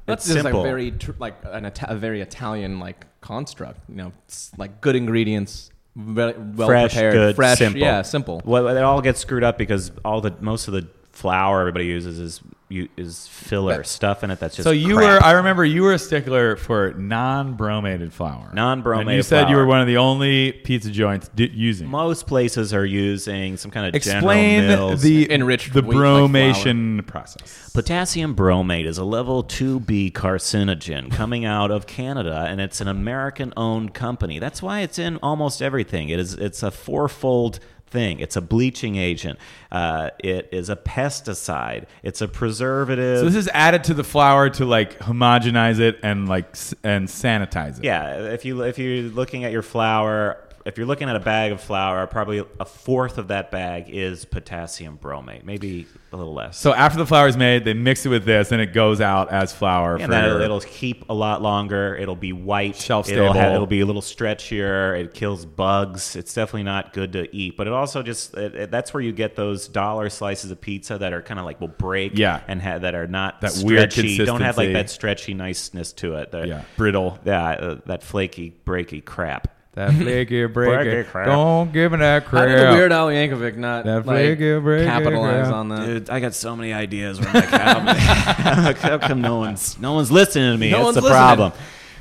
Speaker 2: That's
Speaker 3: it's
Speaker 2: just
Speaker 3: simple.
Speaker 2: like very tr- like an Ita- a very Italian like construct. You know, it's like good ingredients, well
Speaker 3: fresh,
Speaker 2: prepared,
Speaker 3: good,
Speaker 2: fresh,
Speaker 3: simple.
Speaker 2: yeah, simple.
Speaker 3: Well, it all gets screwed up because all the most of the flour everybody uses is you, is filler
Speaker 2: But-
Speaker 3: stuff in it that's just
Speaker 1: So you
Speaker 3: crap.
Speaker 1: were, I remember you were a stickler for non-bromated flour.
Speaker 3: Non-bromated
Speaker 1: And you said you
Speaker 3: flour.
Speaker 1: were one of the only pizza joints di- using.
Speaker 3: most places are using some kind of
Speaker 1: Explain
Speaker 3: General Mills
Speaker 1: the
Speaker 2: Enriched
Speaker 1: the
Speaker 2: wheat like
Speaker 1: bromation process.
Speaker 3: Potassium bromate is a level 2B carcinogen coming out of Canada, and it's an American owned company. That's why it's in almost everything. It is, it's a fourfold thing it's a bleaching agent, uh, it is a pesticide, it's a preservative.
Speaker 1: So this is added to the flour to like homogenize it and like s- and sanitize it.
Speaker 3: yeah, if, you, if you're looking at your flour, if you're looking at a bag of flour, probably a fourth of that bag is potassium bromate, maybe a little less.
Speaker 1: So after the flour is made, they mix it with this, and it goes out as flour.
Speaker 3: and
Speaker 1: for
Speaker 3: then
Speaker 1: your-
Speaker 3: it'll, it'll keep a lot longer. It'll be white,
Speaker 1: Shelf
Speaker 3: It'll,
Speaker 1: stable.
Speaker 3: it'll be a little stretchier. It kills bugs. It's definitely not good to eat, but it also just it, it- that's where you get those dollar slices of pizza that are kind of like will break,
Speaker 1: Yeah.
Speaker 3: and ha- that are not
Speaker 1: That weird
Speaker 3: stretchy. don't have like
Speaker 1: consistency.
Speaker 3: that stretchy niceness to it. That-
Speaker 1: yeah, brittle.
Speaker 3: yeah, uh, that flaky, breaky crap.
Speaker 1: That flaky breaker.
Speaker 3: Breaker crap.
Speaker 1: Don't give me that
Speaker 2: How
Speaker 1: crap.
Speaker 2: did the Weird Al Yankovic not
Speaker 1: That
Speaker 2: like,
Speaker 1: breaker, breaker,
Speaker 2: capitalize
Speaker 1: yeah.
Speaker 2: on that?
Speaker 3: Uh, Dude, I got so many ideas. Where I'm like, how, am I- how come no one's no one's listening to me?
Speaker 2: No
Speaker 3: that's
Speaker 2: one's
Speaker 3: the
Speaker 2: listening.
Speaker 3: problem.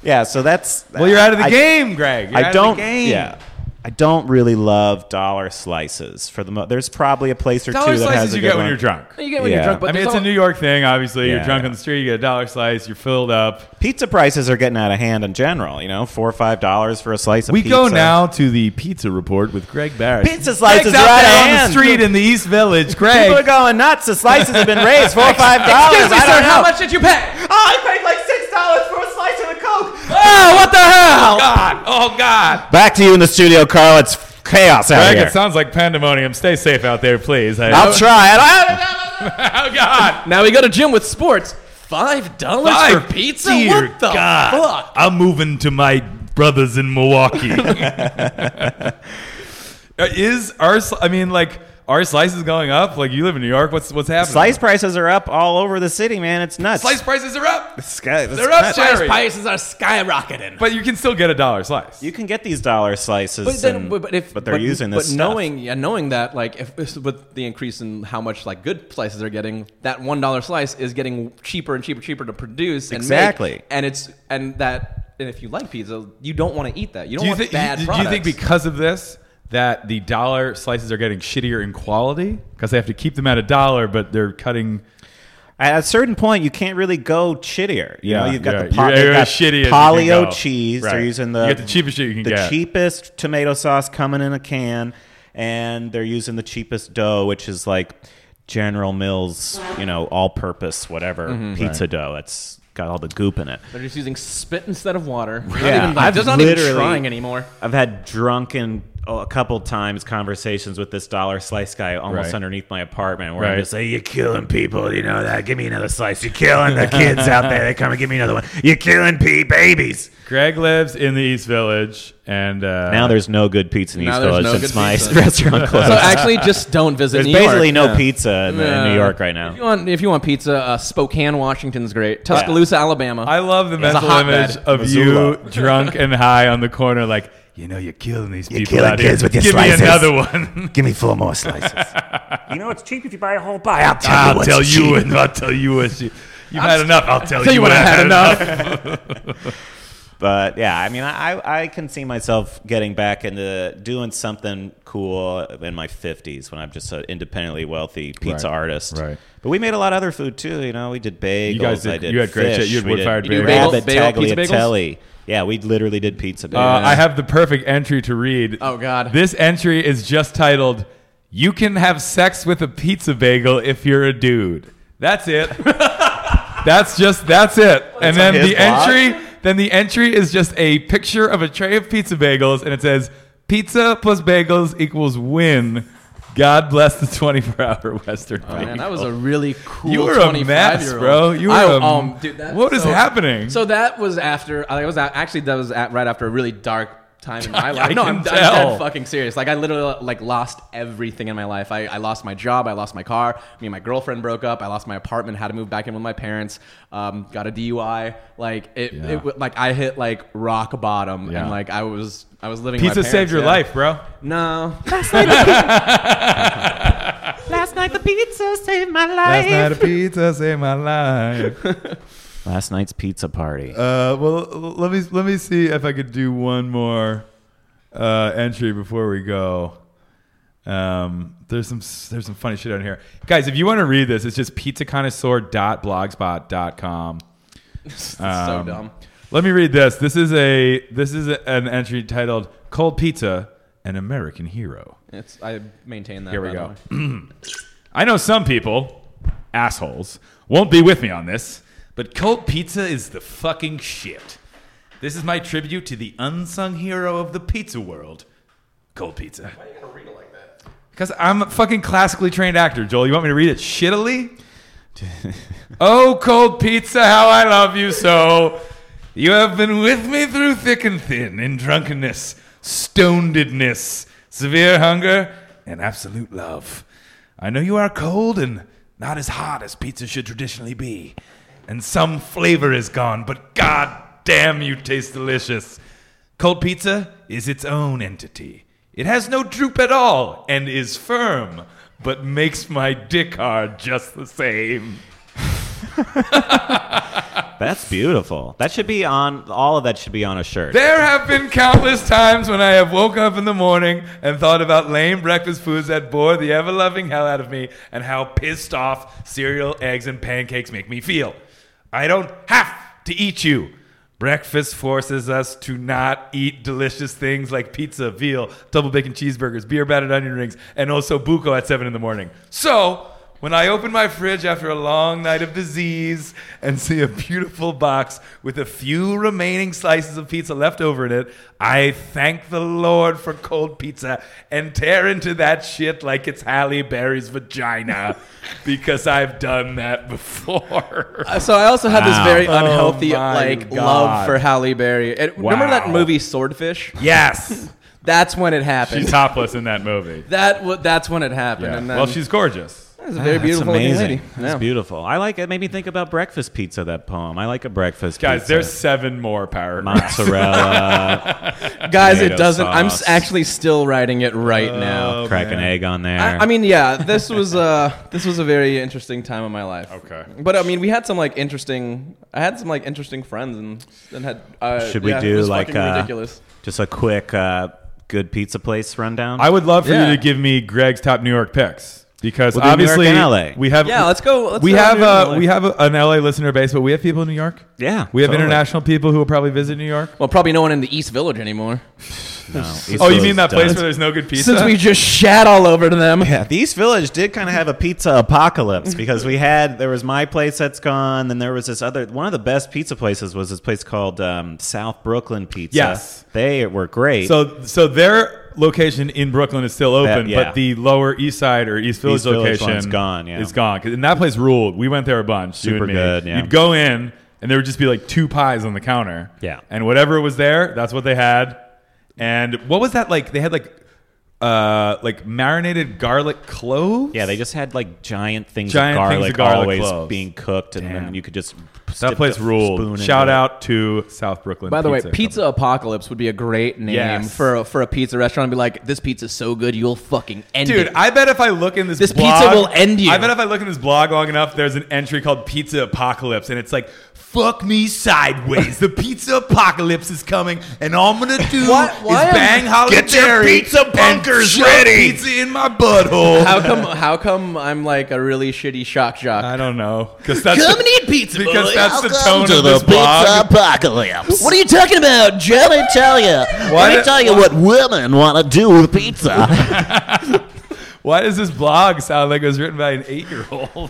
Speaker 3: Yeah, so that's
Speaker 1: Well, you're out of the
Speaker 3: I-
Speaker 1: game, Greg. You're out
Speaker 3: I
Speaker 1: of the
Speaker 3: don't.
Speaker 1: game.
Speaker 3: Yeah, I don't really love dollar slices for the. Mo- There's probably a place or
Speaker 1: Dollar
Speaker 3: two that has
Speaker 1: slices
Speaker 3: a
Speaker 1: you
Speaker 3: good
Speaker 1: get
Speaker 3: one.
Speaker 1: when you're drunk.
Speaker 2: You get when
Speaker 3: Yeah.
Speaker 2: you're drunk, but
Speaker 1: I mean,
Speaker 2: there's
Speaker 1: it's
Speaker 2: all-
Speaker 1: a New York thing. Obviously, you're
Speaker 3: Yeah,
Speaker 1: drunk
Speaker 3: yeah.
Speaker 1: on the street, you get a dollar slice, you're filled up.
Speaker 3: Pizza prices are getting out of hand in general. You know, four or five dollars for a slice of
Speaker 1: We
Speaker 3: pizza.
Speaker 1: go now to the pizza report with Greg Barrett.
Speaker 3: Pizza slices
Speaker 1: Greg's
Speaker 3: are
Speaker 1: out
Speaker 3: out of
Speaker 1: there on
Speaker 3: hand.
Speaker 1: the street in the East
Speaker 2: Oh,
Speaker 1: Village.
Speaker 3: People are
Speaker 1: Greg,
Speaker 3: going nuts. The slices have been raised four or five dollars.
Speaker 2: Excuse me,
Speaker 3: I
Speaker 2: sir,
Speaker 3: don't
Speaker 2: how
Speaker 3: know.
Speaker 2: much did you pay?
Speaker 3: Oh, I paid like six dollars for a slice of a coke.
Speaker 2: Oh, what the hell?
Speaker 1: God, oh God,
Speaker 3: Back to you in the studio, Carl. It's chaos out
Speaker 1: Greg,
Speaker 3: here.
Speaker 1: it sounds like pandemonium. Stay safe out there, please. I-
Speaker 3: I'll try it. I don't know.
Speaker 1: oh God,
Speaker 2: Now we go to gym with sports. Five dollars
Speaker 1: Five.
Speaker 2: for pizza?
Speaker 1: Dear
Speaker 2: what the
Speaker 1: God.
Speaker 2: fuck?
Speaker 1: I'm moving to my brothers in Milwaukee. Uh, is our? sli- I mean, like. Are slices going up? Like you live in New York, what's what's happening?
Speaker 3: Slice prices are up all over the city, man. It's nuts.
Speaker 1: slice prices are up.
Speaker 3: Sky-
Speaker 1: They're up,
Speaker 3: nuts.
Speaker 1: Jerry.
Speaker 4: prices are skyrocketing.
Speaker 1: But you can still get a dollar slice.
Speaker 3: You can get these dollar slices,
Speaker 2: But then,
Speaker 3: and-
Speaker 2: but, but if
Speaker 3: they're using this.
Speaker 2: but
Speaker 3: stuff.
Speaker 2: knowing yeah, knowing that like if if- with the increase in how much like good slices they're getting, that one dollar slice is getting cheaper and cheaper, cheaper to produce and make.
Speaker 3: Exactly.
Speaker 2: and it's and that and if you like pizza, you don't want to eat that. You don't
Speaker 1: do you
Speaker 2: want
Speaker 1: think?
Speaker 2: bad.
Speaker 1: do you think
Speaker 2: products.
Speaker 1: because of this that the dollar slices are getting shittier in quality because they have to keep them at a dollar, but they're cutting?
Speaker 3: At a certain point, you can't really go shittier. You know,
Speaker 1: Yeah,
Speaker 3: you've got
Speaker 1: yeah.
Speaker 3: the po-
Speaker 1: You're-
Speaker 3: they've
Speaker 1: you're
Speaker 3: got
Speaker 1: as shitty as you can
Speaker 3: polio
Speaker 1: go.
Speaker 3: cheese. They're
Speaker 1: Right.
Speaker 3: using the
Speaker 1: You get the cheapest shit you can
Speaker 3: the
Speaker 1: get.
Speaker 3: cheapest tomato sauce coming in a can, and they're using the cheapest dough, which is like General Mills, you know, all-purpose whatever
Speaker 1: Mm-hmm.
Speaker 3: pizza dough. It's got all the goop in it.
Speaker 2: they're just using spit instead of water? Not
Speaker 3: Yeah,
Speaker 2: even, like,
Speaker 3: I've
Speaker 2: just not even
Speaker 3: literally-
Speaker 2: trying anymore.
Speaker 3: I've had drunken oh, a couple times conversations with this dollar slice guy almost
Speaker 1: Right.
Speaker 3: underneath my apartment where
Speaker 1: Right.
Speaker 3: I'm just like, You're killing people, you know that. Give me another slice. You're killing the kids out there. They come and give me another one. You're killing pea babies.
Speaker 1: Greg lives in the East Village, and uh,
Speaker 3: Now there's no good pizza in
Speaker 2: Now
Speaker 3: East
Speaker 2: there's
Speaker 3: Village
Speaker 2: no
Speaker 3: since
Speaker 2: good
Speaker 3: my
Speaker 2: pizza.
Speaker 3: restaurant closed.
Speaker 2: So actually, just don't visit.
Speaker 3: there's
Speaker 2: New
Speaker 3: basically
Speaker 2: York.
Speaker 3: no
Speaker 2: Yeah.
Speaker 3: pizza in, in New
Speaker 2: Yeah.
Speaker 3: York right now.
Speaker 2: If you want, if you want pizza, uh, Spokane, Washington's great. Tuscaloosa, Alabama.
Speaker 1: I love the
Speaker 2: a
Speaker 1: mental
Speaker 2: hotbed.
Speaker 1: image of
Speaker 3: Missoula.
Speaker 1: you drunk and high on the corner, like you know you're killing these people.
Speaker 3: killing
Speaker 1: out here.
Speaker 3: kids with your
Speaker 1: Give
Speaker 3: slices."
Speaker 1: me another one.
Speaker 3: Give me four more slices.
Speaker 5: You know it's cheap if you buy a whole pie. I'll tell you
Speaker 1: I'll
Speaker 5: what's
Speaker 1: tell
Speaker 5: cheap.
Speaker 1: you, and I'll tell you what you. You've had enough. I'll tell,
Speaker 2: tell you what I
Speaker 1: I've
Speaker 2: had enough.
Speaker 3: But yeah, I mean, I, I can see myself getting back into doing something cool in my 50s when I'm just an independently wealthy pizza
Speaker 1: Right.
Speaker 3: artist.
Speaker 1: Right.
Speaker 3: But we made a lot of other food too. You know, we did bagels.
Speaker 1: guys did-
Speaker 3: I did
Speaker 1: you had great
Speaker 3: fish,
Speaker 1: shit. You had
Speaker 3: we did
Speaker 1: wood-fired bagels.
Speaker 2: Bagel-
Speaker 3: Rabbit
Speaker 2: bagel- pizza
Speaker 3: tagliatelle. Yeah, we literally did pizza.
Speaker 1: Uh,
Speaker 3: bagels.
Speaker 1: I have the perfect entry to read.
Speaker 2: Oh, God.
Speaker 1: This entry is just titled "You Can Have Sex with a Pizza Bagel If You're a Dude." That's it. that's just that's it. and then
Speaker 3: his
Speaker 1: the
Speaker 3: blog?
Speaker 1: entry, then the entry is just a picture of a tray of pizza bagels, and it says "Pizza plus bagels equals win." God bless the 24-hour Western. bagel.
Speaker 2: Oh, Man, that was a really cool.
Speaker 1: You were a
Speaker 2: 25
Speaker 1: mess,
Speaker 2: year old.
Speaker 1: bro. You were
Speaker 2: I,
Speaker 1: a-
Speaker 2: um, dude, that,
Speaker 1: what is happening?
Speaker 2: So that was after. I was at, actually that was at, right after a really dark time in my life.
Speaker 1: I
Speaker 2: No,
Speaker 1: can
Speaker 2: I'm, I'm
Speaker 1: tell.
Speaker 2: dead fucking serious. Like I literally like lost everything in my life. I, I lost my job. I lost my car. Me and my girlfriend broke up. I lost my apartment. Had to move back in with my parents. Um, got a DUI. Like it,
Speaker 1: Yeah.
Speaker 2: it w- like I hit like rock bottom,
Speaker 1: Yeah.
Speaker 2: and like I was I was living. my
Speaker 1: Pizza saved
Speaker 2: parents',
Speaker 1: your
Speaker 2: yeah.
Speaker 1: life, bro.
Speaker 2: No,
Speaker 6: Last night the
Speaker 3: pizza saved my
Speaker 1: Last night a
Speaker 3: life.
Speaker 1: pizza saved my life.
Speaker 3: Last night's pizza party.
Speaker 1: Uh, well, l- let me let me see if I could do one more uh, entry before we go. Um, there's some s- there's some funny shit on here, guys. If you want to read this, it's just pizzaconnoisseur.blogspot.com.
Speaker 2: It's so
Speaker 1: Um,
Speaker 2: dumb.
Speaker 1: Let me read this. This is a this is a, an entry titled "Cold Pizza: An American Hero."
Speaker 2: It's, I maintain that.
Speaker 1: Here we
Speaker 2: by the
Speaker 1: go.
Speaker 2: way.
Speaker 1: I know some people, assholes, won't be with me on this, but cold pizza is the fucking shit. This is my tribute to the unsung hero of the pizza world, cold pizza. Why are you gonna read it like that? Because I'm a fucking classically trained actor, Joel. You want me to read it shittily? oh, cold pizza, how I love you so. You have been with me through thick and thin, in drunkenness, stonedness, severe hunger, and absolute love. I know you are cold and not as hot as pizza should traditionally be, and some flavor is gone, but god damn, you taste delicious. Cold pizza is its own entity. It has no droop at all and is firm, but makes my dick hard just the same.
Speaker 3: That's beautiful. That should be on. All of that should be on a shirt.
Speaker 1: There have been countless times when I have woke up in the morning and thought about lame breakfast foods that bore the ever loving hell out of me and how pissed off cereal, eggs, and pancakes make me feel. I don't have to eat you. Breakfast forces us to not eat delicious things like pizza, veal, double bacon cheeseburgers, beer battered onion rings, and also buco at 7 in the morning. So, when I open my fridge after a long night of disease and see a beautiful box with a few remaining slices of pizza left over in it, I thank the Lord for cold pizza and tear into that shit like it's Halle Berry's vagina because I've done that before.
Speaker 2: Uh, So I also had this
Speaker 3: Wow.
Speaker 2: very
Speaker 1: Oh
Speaker 2: unhealthy
Speaker 1: my
Speaker 2: like
Speaker 1: God.
Speaker 2: love for Halle Berry. It, Remember that
Speaker 1: Wow.
Speaker 2: movie Swordfish?
Speaker 1: yes.
Speaker 2: That's when it happened.
Speaker 1: She's topless in that movie.
Speaker 2: that w- that's when it happened.
Speaker 1: Yeah.
Speaker 2: And then,
Speaker 1: Well, she's gorgeous.
Speaker 2: That's a very beautiful
Speaker 3: That's
Speaker 2: looking
Speaker 3: amazing.
Speaker 2: lady.
Speaker 3: That's
Speaker 2: Yeah.
Speaker 3: beautiful. I like it. Made me think about breakfast pizza. That poem. I like a breakfast
Speaker 1: Guys,
Speaker 3: pizza.
Speaker 1: there's seven more paragraphs.
Speaker 3: mozzarella,
Speaker 2: Guys, it
Speaker 3: Tomato
Speaker 2: doesn't. I'm s-
Speaker 3: sauce.
Speaker 2: actually still writing it right
Speaker 1: Oh,
Speaker 2: now.
Speaker 3: crack an egg on there.
Speaker 2: I, I mean, yeah, this was uh, this was a very interesting time in my life.
Speaker 1: Okay.
Speaker 2: but I mean, we had some like interesting. I had some like interesting friends, and and had. Uh,
Speaker 3: should we
Speaker 2: yeah, it
Speaker 3: do
Speaker 2: was
Speaker 3: like
Speaker 2: fucking
Speaker 3: uh,
Speaker 2: ridiculous?
Speaker 3: just a quick uh, good pizza place rundown?
Speaker 1: I would love for
Speaker 2: Yeah.
Speaker 1: you to give me Greg's top New York picks because
Speaker 3: We'll do New
Speaker 1: obviously
Speaker 3: York and LA.
Speaker 1: we have
Speaker 2: Yeah, let's go- let's
Speaker 1: we
Speaker 2: go
Speaker 1: have
Speaker 2: New York and
Speaker 1: uh,
Speaker 2: LA.
Speaker 1: we have a- an LA listener base, but we have people in New York.
Speaker 3: yeah,
Speaker 1: We have
Speaker 3: totally.
Speaker 1: international people who will probably visit New York.
Speaker 2: Well, probably no one in the East Village anymore
Speaker 3: No, East
Speaker 1: Oh, you
Speaker 3: Village
Speaker 1: mean that place
Speaker 3: does.
Speaker 1: where there's no good pizza?
Speaker 2: since we just shat all over them.
Speaker 3: Yeah, the East Village did kind of have a pizza apocalypse because we had there was my place that's gone, then there was this other one of the best pizza places was this place called um, South Brooklyn Pizza.
Speaker 1: Yes.
Speaker 3: they were great.
Speaker 1: so so their location in Brooklyn is still open,
Speaker 3: That- yeah.
Speaker 1: but the Lower East Side or East Village
Speaker 3: East Village
Speaker 1: location
Speaker 3: one's gone, yeah.
Speaker 1: is gone. 'Cause- And that place ruled. We went there a bunch. you
Speaker 3: Super
Speaker 1: and me.
Speaker 3: good, yeah.
Speaker 1: You'd go in and there would just be like two pies on the counter.
Speaker 3: Yeah.
Speaker 1: and whatever was there, that's what they had. And what was that like? They had like uh like marinated garlic cloves.
Speaker 3: yeah, they just had like giant things
Speaker 1: Giant
Speaker 3: of
Speaker 1: things
Speaker 3: garlic,
Speaker 1: of garlic
Speaker 3: always
Speaker 1: cloves.
Speaker 3: being cooked, and
Speaker 1: Damn.
Speaker 3: then you could just
Speaker 1: that
Speaker 3: stick
Speaker 1: place
Speaker 3: a
Speaker 1: ruled.
Speaker 3: spoon
Speaker 1: Shout
Speaker 3: into it.
Speaker 1: out to South Brooklyn.
Speaker 2: By the
Speaker 1: pizza
Speaker 2: way, Pizza Apocalypse would be a great name
Speaker 1: Yes.
Speaker 2: for a, for a pizza restaurant. Be like, this pizza's so good, you'll fucking end
Speaker 1: Dude,
Speaker 2: it.
Speaker 1: I bet if I look in this,
Speaker 2: This
Speaker 1: blog,
Speaker 2: pizza will end you.
Speaker 1: I bet if I look in this blog long enough, there's an entry called Pizza Apocalypse, and it's like, fuck me sideways. the pizza apocalypse is coming, and all I'm gonna do
Speaker 2: Why- why
Speaker 1: is
Speaker 2: am-
Speaker 1: bang Holly
Speaker 4: Get your
Speaker 1: Berry
Speaker 4: pizza
Speaker 1: and
Speaker 4: bunkers
Speaker 1: shove
Speaker 4: ready.
Speaker 1: Pizza in my butthole.
Speaker 2: how come? How come I'm like a really shitty shock jock?
Speaker 1: I don't know because that's
Speaker 6: Come
Speaker 1: the,
Speaker 6: and eat pizza,
Speaker 1: because
Speaker 6: boy.
Speaker 1: that's
Speaker 6: I'll
Speaker 1: the
Speaker 6: come
Speaker 1: tone
Speaker 6: to
Speaker 1: of
Speaker 6: the
Speaker 1: this blog.
Speaker 6: pizza apocalypse. What are you talking about, Joe? Let me tell you. Let
Speaker 1: do-
Speaker 6: me tell you what women want to do with pizza.
Speaker 1: Why does this blog sound like it was written by an eight-year-old?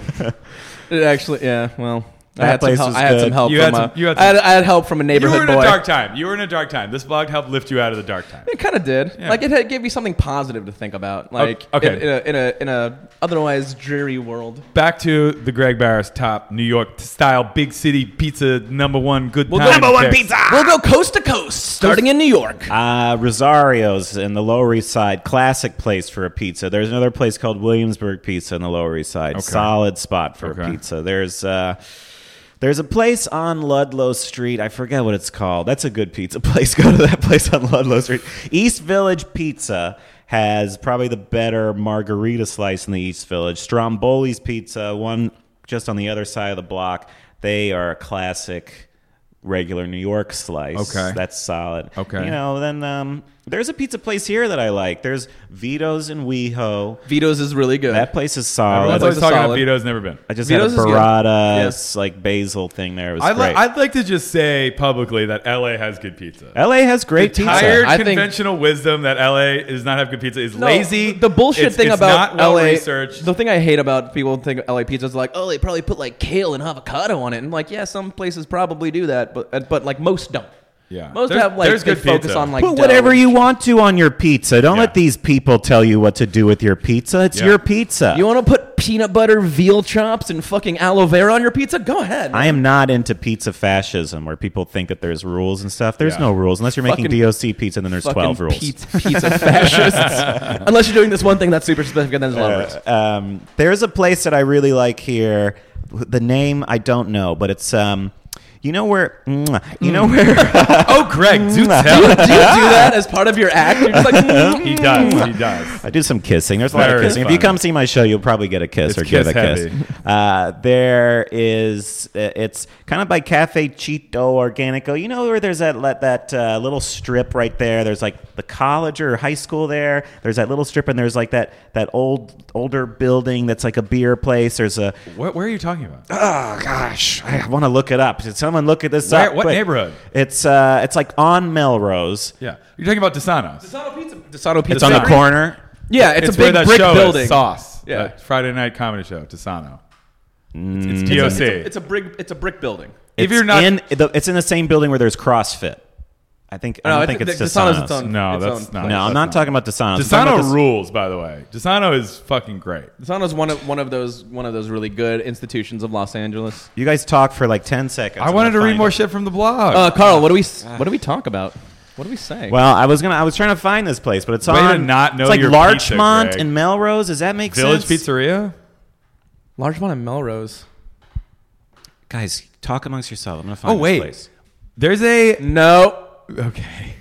Speaker 2: It actually, yeah. Well, I
Speaker 3: That
Speaker 2: had, some
Speaker 3: place
Speaker 2: help,
Speaker 3: was
Speaker 2: I had some
Speaker 3: good.
Speaker 2: help.
Speaker 1: You
Speaker 2: from
Speaker 1: had some-
Speaker 2: a,
Speaker 1: you had
Speaker 2: I, had,
Speaker 1: some-
Speaker 2: I had help from a
Speaker 1: you were
Speaker 2: neighborhood
Speaker 1: in a
Speaker 2: boy.
Speaker 1: dark time. You were in a dark time. This blog helped lift you out of the dark time.
Speaker 2: It kind of did.
Speaker 1: Yeah.
Speaker 2: Like it, had, gave me something positive to think about. Like
Speaker 1: okay.
Speaker 2: in, in, a, in a in a otherwise dreary world.
Speaker 1: Back to the Greg Barris top New York style big city pizza number one good time
Speaker 4: Number one
Speaker 1: picks.
Speaker 4: pizza.
Speaker 2: We'll go coast to coast, starting in New York.
Speaker 3: Uh, Rosario's in the Lower East Side, classic place for a pizza. There's another place called Williamsburg Pizza in the Lower East Side, solid spot for
Speaker 1: Okay.
Speaker 3: a pizza. There's uh, there's a place on Ludlow Street. I forget what it's called. That's a good pizza place. Go to that place on Ludlow Street. East Village Pizza has probably the better margarita slice in the East Village. Stromboli's Pizza, one just on the other side of the block. They are a classic regular New York slice.
Speaker 1: Okay.
Speaker 3: That's solid.
Speaker 1: Okay.
Speaker 3: You know, then um, there's a pizza place here that I like. There's Vito's in Weho.
Speaker 2: Vito's is really good.
Speaker 3: That place is solid.
Speaker 1: Everyone's
Speaker 2: Oh, That's
Speaker 1: always
Speaker 2: a
Speaker 1: talking about
Speaker 2: solid.
Speaker 1: Vito's, never been.
Speaker 3: I just
Speaker 2: Vito's is
Speaker 3: had a
Speaker 2: good.
Speaker 3: burrata,
Speaker 2: Yes.
Speaker 3: like basil thing there. It was
Speaker 1: I'd, li-
Speaker 3: great.
Speaker 1: I'd like to just say publicly that LA has good pizza.
Speaker 3: LA has great pizza.
Speaker 1: Tired
Speaker 2: Uh, I think-
Speaker 1: conventional wisdom that LA does not have good pizza is
Speaker 2: No,
Speaker 1: lazy.
Speaker 2: The bullshit
Speaker 1: It's-
Speaker 2: thing
Speaker 1: it's
Speaker 2: about
Speaker 1: not well
Speaker 2: LA.
Speaker 1: researched.
Speaker 2: The thing I hate about people think of LA pizza is like, oh, they probably put like kale and avocado on it, and like, yeah, some places probably do that, but uh, but like most don't.
Speaker 1: Yeah.
Speaker 2: most
Speaker 1: There's-
Speaker 2: have like
Speaker 1: there's
Speaker 2: they
Speaker 1: good
Speaker 2: focus
Speaker 1: pizza.
Speaker 2: on like
Speaker 3: Put
Speaker 2: dough.
Speaker 3: whatever you want to on your pizza. Don't
Speaker 1: Yeah.
Speaker 3: let these people tell you what to do with your pizza. It's
Speaker 1: Yeah.
Speaker 3: your pizza.
Speaker 2: You want to put peanut butter, veal chops, and fucking aloe vera on your pizza? Go ahead.
Speaker 3: I am not into pizza fascism where people think that there's rules and stuff. There's
Speaker 1: Yeah.
Speaker 3: no rules unless you're making
Speaker 2: Fucking-
Speaker 3: DOC pizza and then there's
Speaker 2: Fucking
Speaker 3: 12 rules.
Speaker 2: Pizza, pizza fascists. Unless you're doing this one thing that's super specific, and then there's a lot of rules.
Speaker 3: um, there's a place that I really like here. The name I don't know, but it's um, you know where mwah, you know where
Speaker 1: oh, Greg, do
Speaker 2: Do you
Speaker 1: tell.
Speaker 2: do that as part of your act? You're just like, mm,
Speaker 1: he does. He does.
Speaker 3: I do some kissing. There's a lot of
Speaker 1: Very
Speaker 3: kissing. If you
Speaker 1: funny.
Speaker 3: come see my show, you'll probably get a kiss
Speaker 1: It's
Speaker 3: or give a
Speaker 1: kiss heavy.
Speaker 3: kiss. Uh, there is uh, it's kind of by Cafe Chito Organico. You know where there's that let that uh, little strip right there. There's like the college or high school there. There's that little strip and there's like that that old older building that's like a beer place. There's a
Speaker 1: What, where are you talking about?
Speaker 3: oh gosh, I want to look it up. Did someone look at this
Speaker 1: Where-
Speaker 3: up?
Speaker 1: what
Speaker 3: quick?
Speaker 1: neighborhood?
Speaker 3: It's uh, it's like on Melrose.
Speaker 1: yeah. You're talking about Desano's.
Speaker 2: Desato pizza. Desato pizza.
Speaker 3: It's on the
Speaker 2: factory.
Speaker 3: corner.
Speaker 2: Yeah, it's, a big
Speaker 1: that
Speaker 2: brick
Speaker 1: show is,
Speaker 2: building.
Speaker 1: Sauce.
Speaker 2: Yeah.
Speaker 1: That Friday night comedy show, Desano. It's, DOC.
Speaker 2: Mm. It's a brick. It's a brick building.
Speaker 1: if
Speaker 3: It's
Speaker 1: you're not
Speaker 3: in, the, it's in the same building where there's CrossFit. I think I don't think it's
Speaker 2: Desano's
Speaker 3: Desano's.
Speaker 2: its own.
Speaker 1: No,
Speaker 2: its
Speaker 1: that's
Speaker 2: own
Speaker 1: not-
Speaker 3: No, I'm not talking about Desano's. I'm talking about
Speaker 1: Desano
Speaker 3: this-
Speaker 1: rules, by the way. Desano is fucking great.
Speaker 2: Desano's one of one of those one of those really good institutions of Los Angeles.
Speaker 3: You guys talk for like ten seconds.
Speaker 1: I
Speaker 3: I'm
Speaker 1: wanted to
Speaker 3: gonna
Speaker 1: read
Speaker 3: find
Speaker 1: more
Speaker 3: it.
Speaker 1: shit from the blog.
Speaker 2: Uh, Carl, what do we what do we talk about? What do we say?
Speaker 3: Well, I was gonna. I was trying to find this place, but it's
Speaker 1: Way to
Speaker 3: on.
Speaker 1: not know
Speaker 3: it's like
Speaker 1: your pizza,
Speaker 3: Larchmont
Speaker 1: Greg.
Speaker 3: and Melrose. Does that make
Speaker 1: Village
Speaker 3: sense?
Speaker 1: Pizzeria.
Speaker 2: Largemont and Melrose.
Speaker 3: Guys, talk amongst yourselves. I'm gonna
Speaker 1: Oh,
Speaker 3: find. this place.
Speaker 1: there's a
Speaker 2: No,
Speaker 1: okay.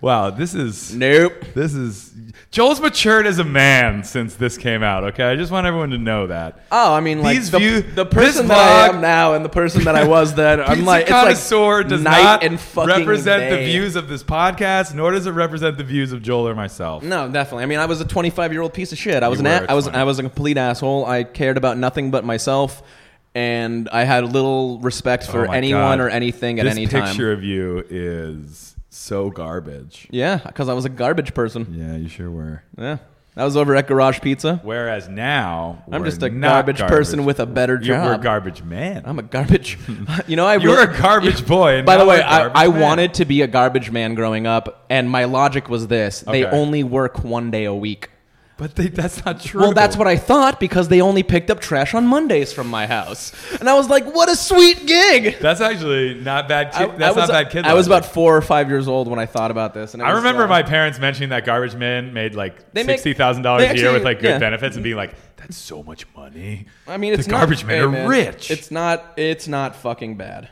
Speaker 1: Wow, this is
Speaker 2: nope.
Speaker 1: this is Joel's matured as a man since this came out. Okay, I just want everyone to know that.
Speaker 2: Oh, I mean, like
Speaker 1: These
Speaker 2: the,
Speaker 1: view-
Speaker 2: the person
Speaker 1: this
Speaker 2: that I
Speaker 1: vlog-
Speaker 2: am now and the person that I was then. I'm
Speaker 1: Pizza
Speaker 2: like, it's like
Speaker 1: connoisseur does
Speaker 2: night
Speaker 1: not
Speaker 2: and fucking
Speaker 1: represent
Speaker 2: day.
Speaker 1: the views of this podcast, nor does it represent the views of Joel or myself.
Speaker 2: No, definitely. I mean, I was a 25 year old piece of shit. I was
Speaker 1: You
Speaker 2: an
Speaker 1: were
Speaker 2: a- I was
Speaker 1: 20.
Speaker 2: I was a complete asshole. I cared about nothing but myself, and I had little respect
Speaker 1: Oh
Speaker 2: for
Speaker 1: my
Speaker 2: anyone
Speaker 1: God.
Speaker 2: or anything at
Speaker 1: this
Speaker 2: any
Speaker 1: picture
Speaker 2: time.
Speaker 1: of you is so garbage.
Speaker 2: Yeah, because I was a garbage person.
Speaker 1: Yeah, you sure were.
Speaker 2: Yeah, I was over at Garage Pizza.
Speaker 1: Whereas now
Speaker 2: I'm
Speaker 1: we're
Speaker 2: just a
Speaker 1: not
Speaker 2: garbage, person with a better
Speaker 1: You're,
Speaker 2: job.
Speaker 1: we're garbage man.
Speaker 2: I'm a garbage. you know, I
Speaker 1: You're
Speaker 2: really-
Speaker 1: a garbage boy, and
Speaker 2: By the
Speaker 1: now
Speaker 2: way,
Speaker 1: a garbage
Speaker 2: I, I
Speaker 1: man.
Speaker 2: wanted to be a garbage man growing up, and my logic was this: they
Speaker 1: Okay.
Speaker 2: only work one day a week.
Speaker 1: but they, that's not true.
Speaker 2: Well, that's what I thought because they only picked up trash on Mondays from my house, and I was like, "What a sweet gig!"
Speaker 1: That's actually not bad. Kid,
Speaker 2: I,
Speaker 1: that's
Speaker 2: I
Speaker 1: not
Speaker 2: was,
Speaker 1: bad. Kid.
Speaker 2: I was
Speaker 1: logic.
Speaker 2: about four or five years old when I thought about this, and it
Speaker 1: I
Speaker 2: was,
Speaker 1: remember
Speaker 2: uh,
Speaker 1: my parents mentioning that garbage men made like
Speaker 2: They make-
Speaker 1: sixty thousand dollars
Speaker 2: they
Speaker 1: a year
Speaker 2: actually-
Speaker 1: with like good
Speaker 2: yeah.
Speaker 1: benefits and being like, "That's so much money."
Speaker 2: I mean, it's
Speaker 1: the
Speaker 2: not-
Speaker 1: garbage men
Speaker 2: hey,
Speaker 1: are
Speaker 2: man,
Speaker 1: rich.
Speaker 2: It's not. It's not fucking bad.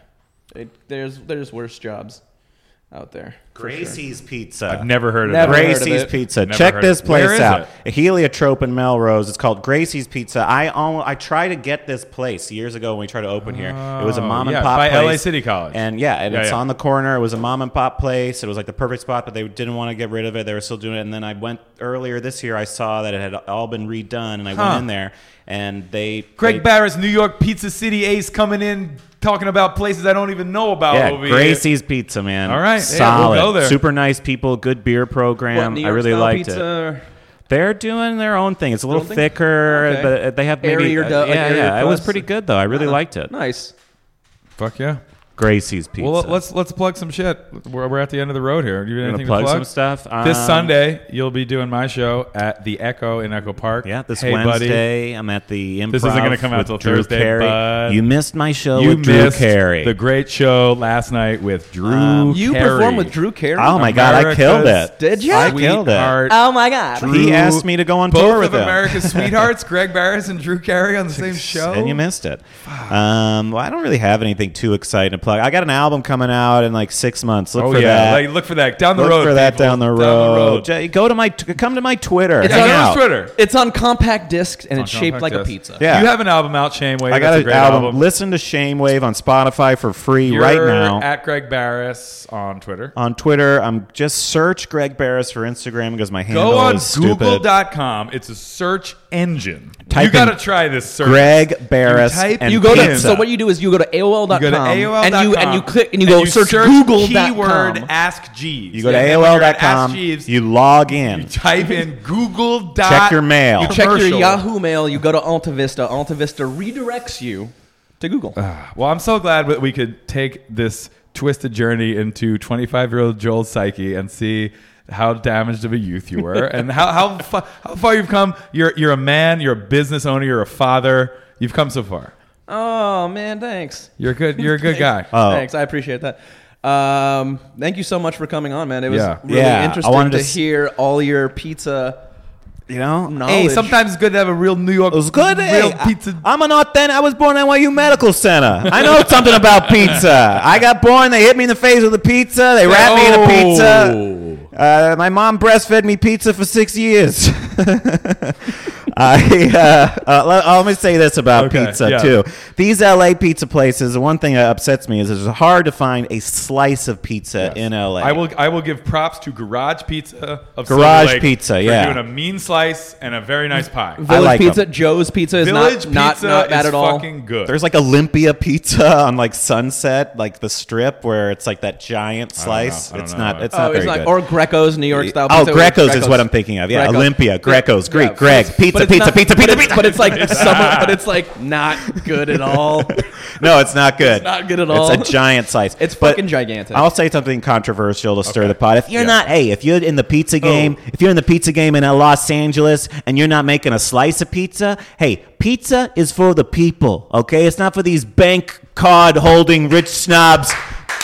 Speaker 2: It, there's there's worse jobs out there. for sure.
Speaker 3: Gracie's Pizza.
Speaker 1: I've never heard of
Speaker 2: Never
Speaker 1: that.
Speaker 2: heard of
Speaker 3: Gracie's
Speaker 2: it.
Speaker 3: Pizza.
Speaker 1: Never
Speaker 3: Check
Speaker 1: heard of
Speaker 3: this
Speaker 1: it. Where
Speaker 3: place
Speaker 1: is
Speaker 3: out. Heliotrope in Melrose. It's called Gracie's Pizza. I almost, I tried to get this place years ago when we tried to open here. It was a
Speaker 1: Oh,
Speaker 3: mom and
Speaker 1: yeah,
Speaker 3: pop
Speaker 1: by
Speaker 3: place.
Speaker 1: LA City College.
Speaker 3: And yeah, and
Speaker 1: Yeah,
Speaker 3: it's
Speaker 1: yeah.
Speaker 3: on the corner. It was a mom and pop place. It was like the perfect spot, but they didn't want to get rid of it. They were still doing it. And then I went earlier this year. I saw that it had all been redone, and I
Speaker 1: Huh.
Speaker 3: went in there, and they
Speaker 1: Greg
Speaker 3: they,
Speaker 1: Barris, New York Pizza City ace, coming in talking about places I don't even know about.
Speaker 3: Yeah,
Speaker 1: over here.
Speaker 3: Gracie's Pizza, man.
Speaker 1: All right. Yeah, we'll
Speaker 3: solid,
Speaker 1: go there.
Speaker 3: super nice people, good beer
Speaker 2: What,
Speaker 3: program.
Speaker 2: New
Speaker 3: I
Speaker 2: York
Speaker 3: really
Speaker 2: style
Speaker 3: liked it.
Speaker 2: pizza?
Speaker 3: They're doing their own thing. It's a little
Speaker 2: Their own thing?
Speaker 3: thicker,
Speaker 2: Okay.
Speaker 3: but uh, they have maybe
Speaker 2: Airier dough, like
Speaker 3: yeah,
Speaker 2: airier
Speaker 3: yeah. It was
Speaker 2: crust.
Speaker 3: pretty good though. I really liked it.
Speaker 2: Uh, Nice.
Speaker 1: Fuck yeah.
Speaker 3: Gracie's pizza.
Speaker 1: Well, let's let's plug some shit. We're, we're at the end of the road here. Do you have
Speaker 3: Gonna
Speaker 1: anything
Speaker 3: plug
Speaker 1: to plug?
Speaker 3: some stuff.
Speaker 1: this
Speaker 3: Um,
Speaker 1: Sunday, you'll be doing my show at the Echo in Echo Park.
Speaker 3: Yeah, this
Speaker 1: hey, buddy.
Speaker 3: Wednesday I'm at the improv.
Speaker 1: This isn't gonna come out
Speaker 3: with
Speaker 1: till
Speaker 3: Drew
Speaker 1: Thursday,
Speaker 3: Carey.
Speaker 1: bud.
Speaker 3: You missed my show
Speaker 1: You
Speaker 3: with Drew
Speaker 1: missed
Speaker 3: Carey.
Speaker 1: the great show last night with Drew.
Speaker 3: Um,
Speaker 2: You
Speaker 1: Carey.
Speaker 2: performed with Drew Carey.
Speaker 3: oh my god, I
Speaker 1: America's
Speaker 3: killed it.
Speaker 2: Did ya?
Speaker 3: I killed it.
Speaker 2: Uh,
Speaker 1: Sweetheart.
Speaker 6: Oh my god.
Speaker 1: Drew-
Speaker 3: He asked me to go on
Speaker 1: both
Speaker 3: tour with
Speaker 1: of
Speaker 3: him.
Speaker 1: America's sweethearts, Greg Barris and Drew Carey, on the same show.
Speaker 3: And you missed it. Um, well, I don't really have anything too exciting to plug. plug. I got an album coming out in like six months. Look
Speaker 1: Oh
Speaker 3: for
Speaker 1: yeah,
Speaker 3: that.
Speaker 1: like, look for that down the
Speaker 3: Look
Speaker 1: road.
Speaker 3: for that
Speaker 1: people.
Speaker 3: down the road. J- Go to my t- come to my Twitter.
Speaker 2: It's
Speaker 3: Hang
Speaker 2: on
Speaker 1: Yeah,
Speaker 3: out.
Speaker 1: on Twitter.
Speaker 2: It's on compact discs and it's
Speaker 1: On
Speaker 2: shaped
Speaker 1: Compact
Speaker 2: like a
Speaker 1: Disc.
Speaker 2: pizza.
Speaker 3: Yeah.
Speaker 1: You have an album out, Shameway.
Speaker 3: I
Speaker 1: That's
Speaker 3: got
Speaker 1: a
Speaker 3: an
Speaker 1: great
Speaker 3: album. Listen to Shamewave on Spotify for free
Speaker 1: You're
Speaker 3: right now.
Speaker 1: at Greg Barris on Twitter.
Speaker 3: on Twitter, I'm just search Greg Barris for Instagram because my handle
Speaker 1: Go on
Speaker 3: is stupid.
Speaker 1: Google.com. It's a search engine. you
Speaker 3: Type
Speaker 1: got to
Speaker 3: in
Speaker 1: try this search.
Speaker 3: Greg Barris.
Speaker 1: You type-
Speaker 3: and
Speaker 1: you
Speaker 2: Go to,
Speaker 3: pizza.
Speaker 2: so what you do is you go to AOL.com,
Speaker 1: You go to AOL.com
Speaker 2: and you and you click and you go search, Google.com.
Speaker 1: keyword Ask Jeeves.
Speaker 3: You go to
Speaker 1: And then when you're at Ask
Speaker 3: AOL.com.
Speaker 1: Jeeves,
Speaker 3: You log in.
Speaker 1: type in Google.
Speaker 3: Check your mail.
Speaker 1: You
Speaker 2: Check your
Speaker 1: commercial.
Speaker 2: Yahoo mail. You go to AltaVista. AltaVista redirects you to Google.
Speaker 1: Well, I'm so glad that we could take this twisted journey into 25 year old Joel's psyche and see how damaged of a youth you were and how how, fa- how far you've come. You're you're a man. You're a business owner. You're a father. You've come so far.
Speaker 2: oh man, thanks.
Speaker 1: You're a good. You're a good guy.
Speaker 3: Oh.
Speaker 2: Thanks, I appreciate that. Um, thank you so much for coming on, man. It was
Speaker 1: Yeah.
Speaker 2: really
Speaker 3: Yeah, I
Speaker 2: interesting
Speaker 3: wanted
Speaker 2: to,
Speaker 3: to s-
Speaker 2: hear all your pizza
Speaker 3: You know,
Speaker 2: knowledge.
Speaker 1: hey, sometimes it's good to have a real New York.
Speaker 3: It was good.
Speaker 1: Real
Speaker 3: Hey,
Speaker 1: pizza.
Speaker 3: I, am an authentic. I was born at NYU Medical Center. I know something about pizza. I got born. They hit me in the face with a pizza. They wrapped me in a
Speaker 1: Oh.
Speaker 3: pizza. Uh, my mom breastfed me pizza for six years. I uh, uh, let, let me say this about
Speaker 1: Okay,
Speaker 3: pizza
Speaker 1: yeah.
Speaker 3: too. These LA pizza places. The one thing that upsets me is it's hard to find a slice of pizza in LA.
Speaker 1: I will. I will give props to Garage Pizza of Silver
Speaker 3: Garage
Speaker 1: Lake
Speaker 3: Pizza,
Speaker 1: for
Speaker 3: yeah.
Speaker 1: doing a mean slice and a very nice pie.
Speaker 2: Village
Speaker 3: like 'em.
Speaker 2: Pizza, Joe's Pizza is
Speaker 1: Village
Speaker 2: not,
Speaker 1: Pizza
Speaker 2: not not bad
Speaker 1: is
Speaker 2: at all.
Speaker 1: fucking good.
Speaker 3: There's like Olympia Pizza on like Sunset, like the strip where it's like that giant slice.
Speaker 1: I don't
Speaker 3: It's
Speaker 1: know.
Speaker 3: not. It's
Speaker 2: Oh,
Speaker 3: not
Speaker 2: it's
Speaker 3: very
Speaker 2: not,
Speaker 3: good.
Speaker 2: or Greco's New York style.
Speaker 3: Oh,
Speaker 2: pizza.
Speaker 3: Greco's is what I'm thinking of. Yeah, Olympia, Greco's, Greek, Greg,
Speaker 2: but
Speaker 3: pizza,
Speaker 2: it's
Speaker 3: pizza,
Speaker 2: not-
Speaker 3: pizza,
Speaker 2: but
Speaker 3: pizza,
Speaker 2: it's-
Speaker 3: pizza.
Speaker 2: But it's like someone, but it's like not good at all.
Speaker 3: no, it's not good. It's
Speaker 2: not good at all.
Speaker 3: It's a giant slice.
Speaker 2: It's
Speaker 3: But
Speaker 2: fucking gigantic.
Speaker 3: I'll say something controversial to stir the pot. If you're
Speaker 1: Yeah. Oh.
Speaker 3: not, hey, if you're in the pizza game, if you're in the pizza game in uh, Los Angeles and you're not making a slice of pizza, hey, pizza is for the people. Okay, it's not for these bank card holding rich snobs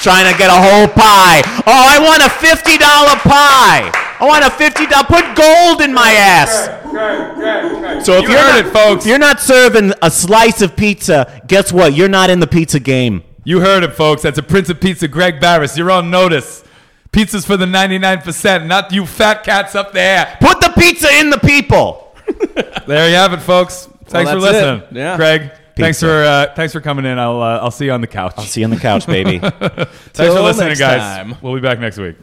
Speaker 3: trying to get a whole pie. Oh, I want a fifty dollar pie. I want a fifty dollar. Put gold in my ass. So if
Speaker 1: You
Speaker 3: are
Speaker 1: heard
Speaker 3: not,
Speaker 1: it, folks.
Speaker 3: If you're not serving a slice of pizza, guess what? You're not in the pizza game.
Speaker 1: You heard it, folks. That's a Prince of Pizza, Greg Barris. You're on notice. Pizza's for the 99%, not you fat cats up there.
Speaker 3: Put the pizza in the people.
Speaker 1: There you have it, folks. Thanks for
Speaker 2: that's it.
Speaker 1: listening,
Speaker 2: Yeah.
Speaker 1: Greg. Thanks
Speaker 3: Pizza.
Speaker 1: for uh, thanks for coming in. I'll uh, I'll see you on the couch.
Speaker 3: See you on the couch, baby.
Speaker 1: thanks for
Speaker 2: till
Speaker 1: listening,
Speaker 2: next
Speaker 1: guys.
Speaker 2: time.
Speaker 1: We'll be back next week.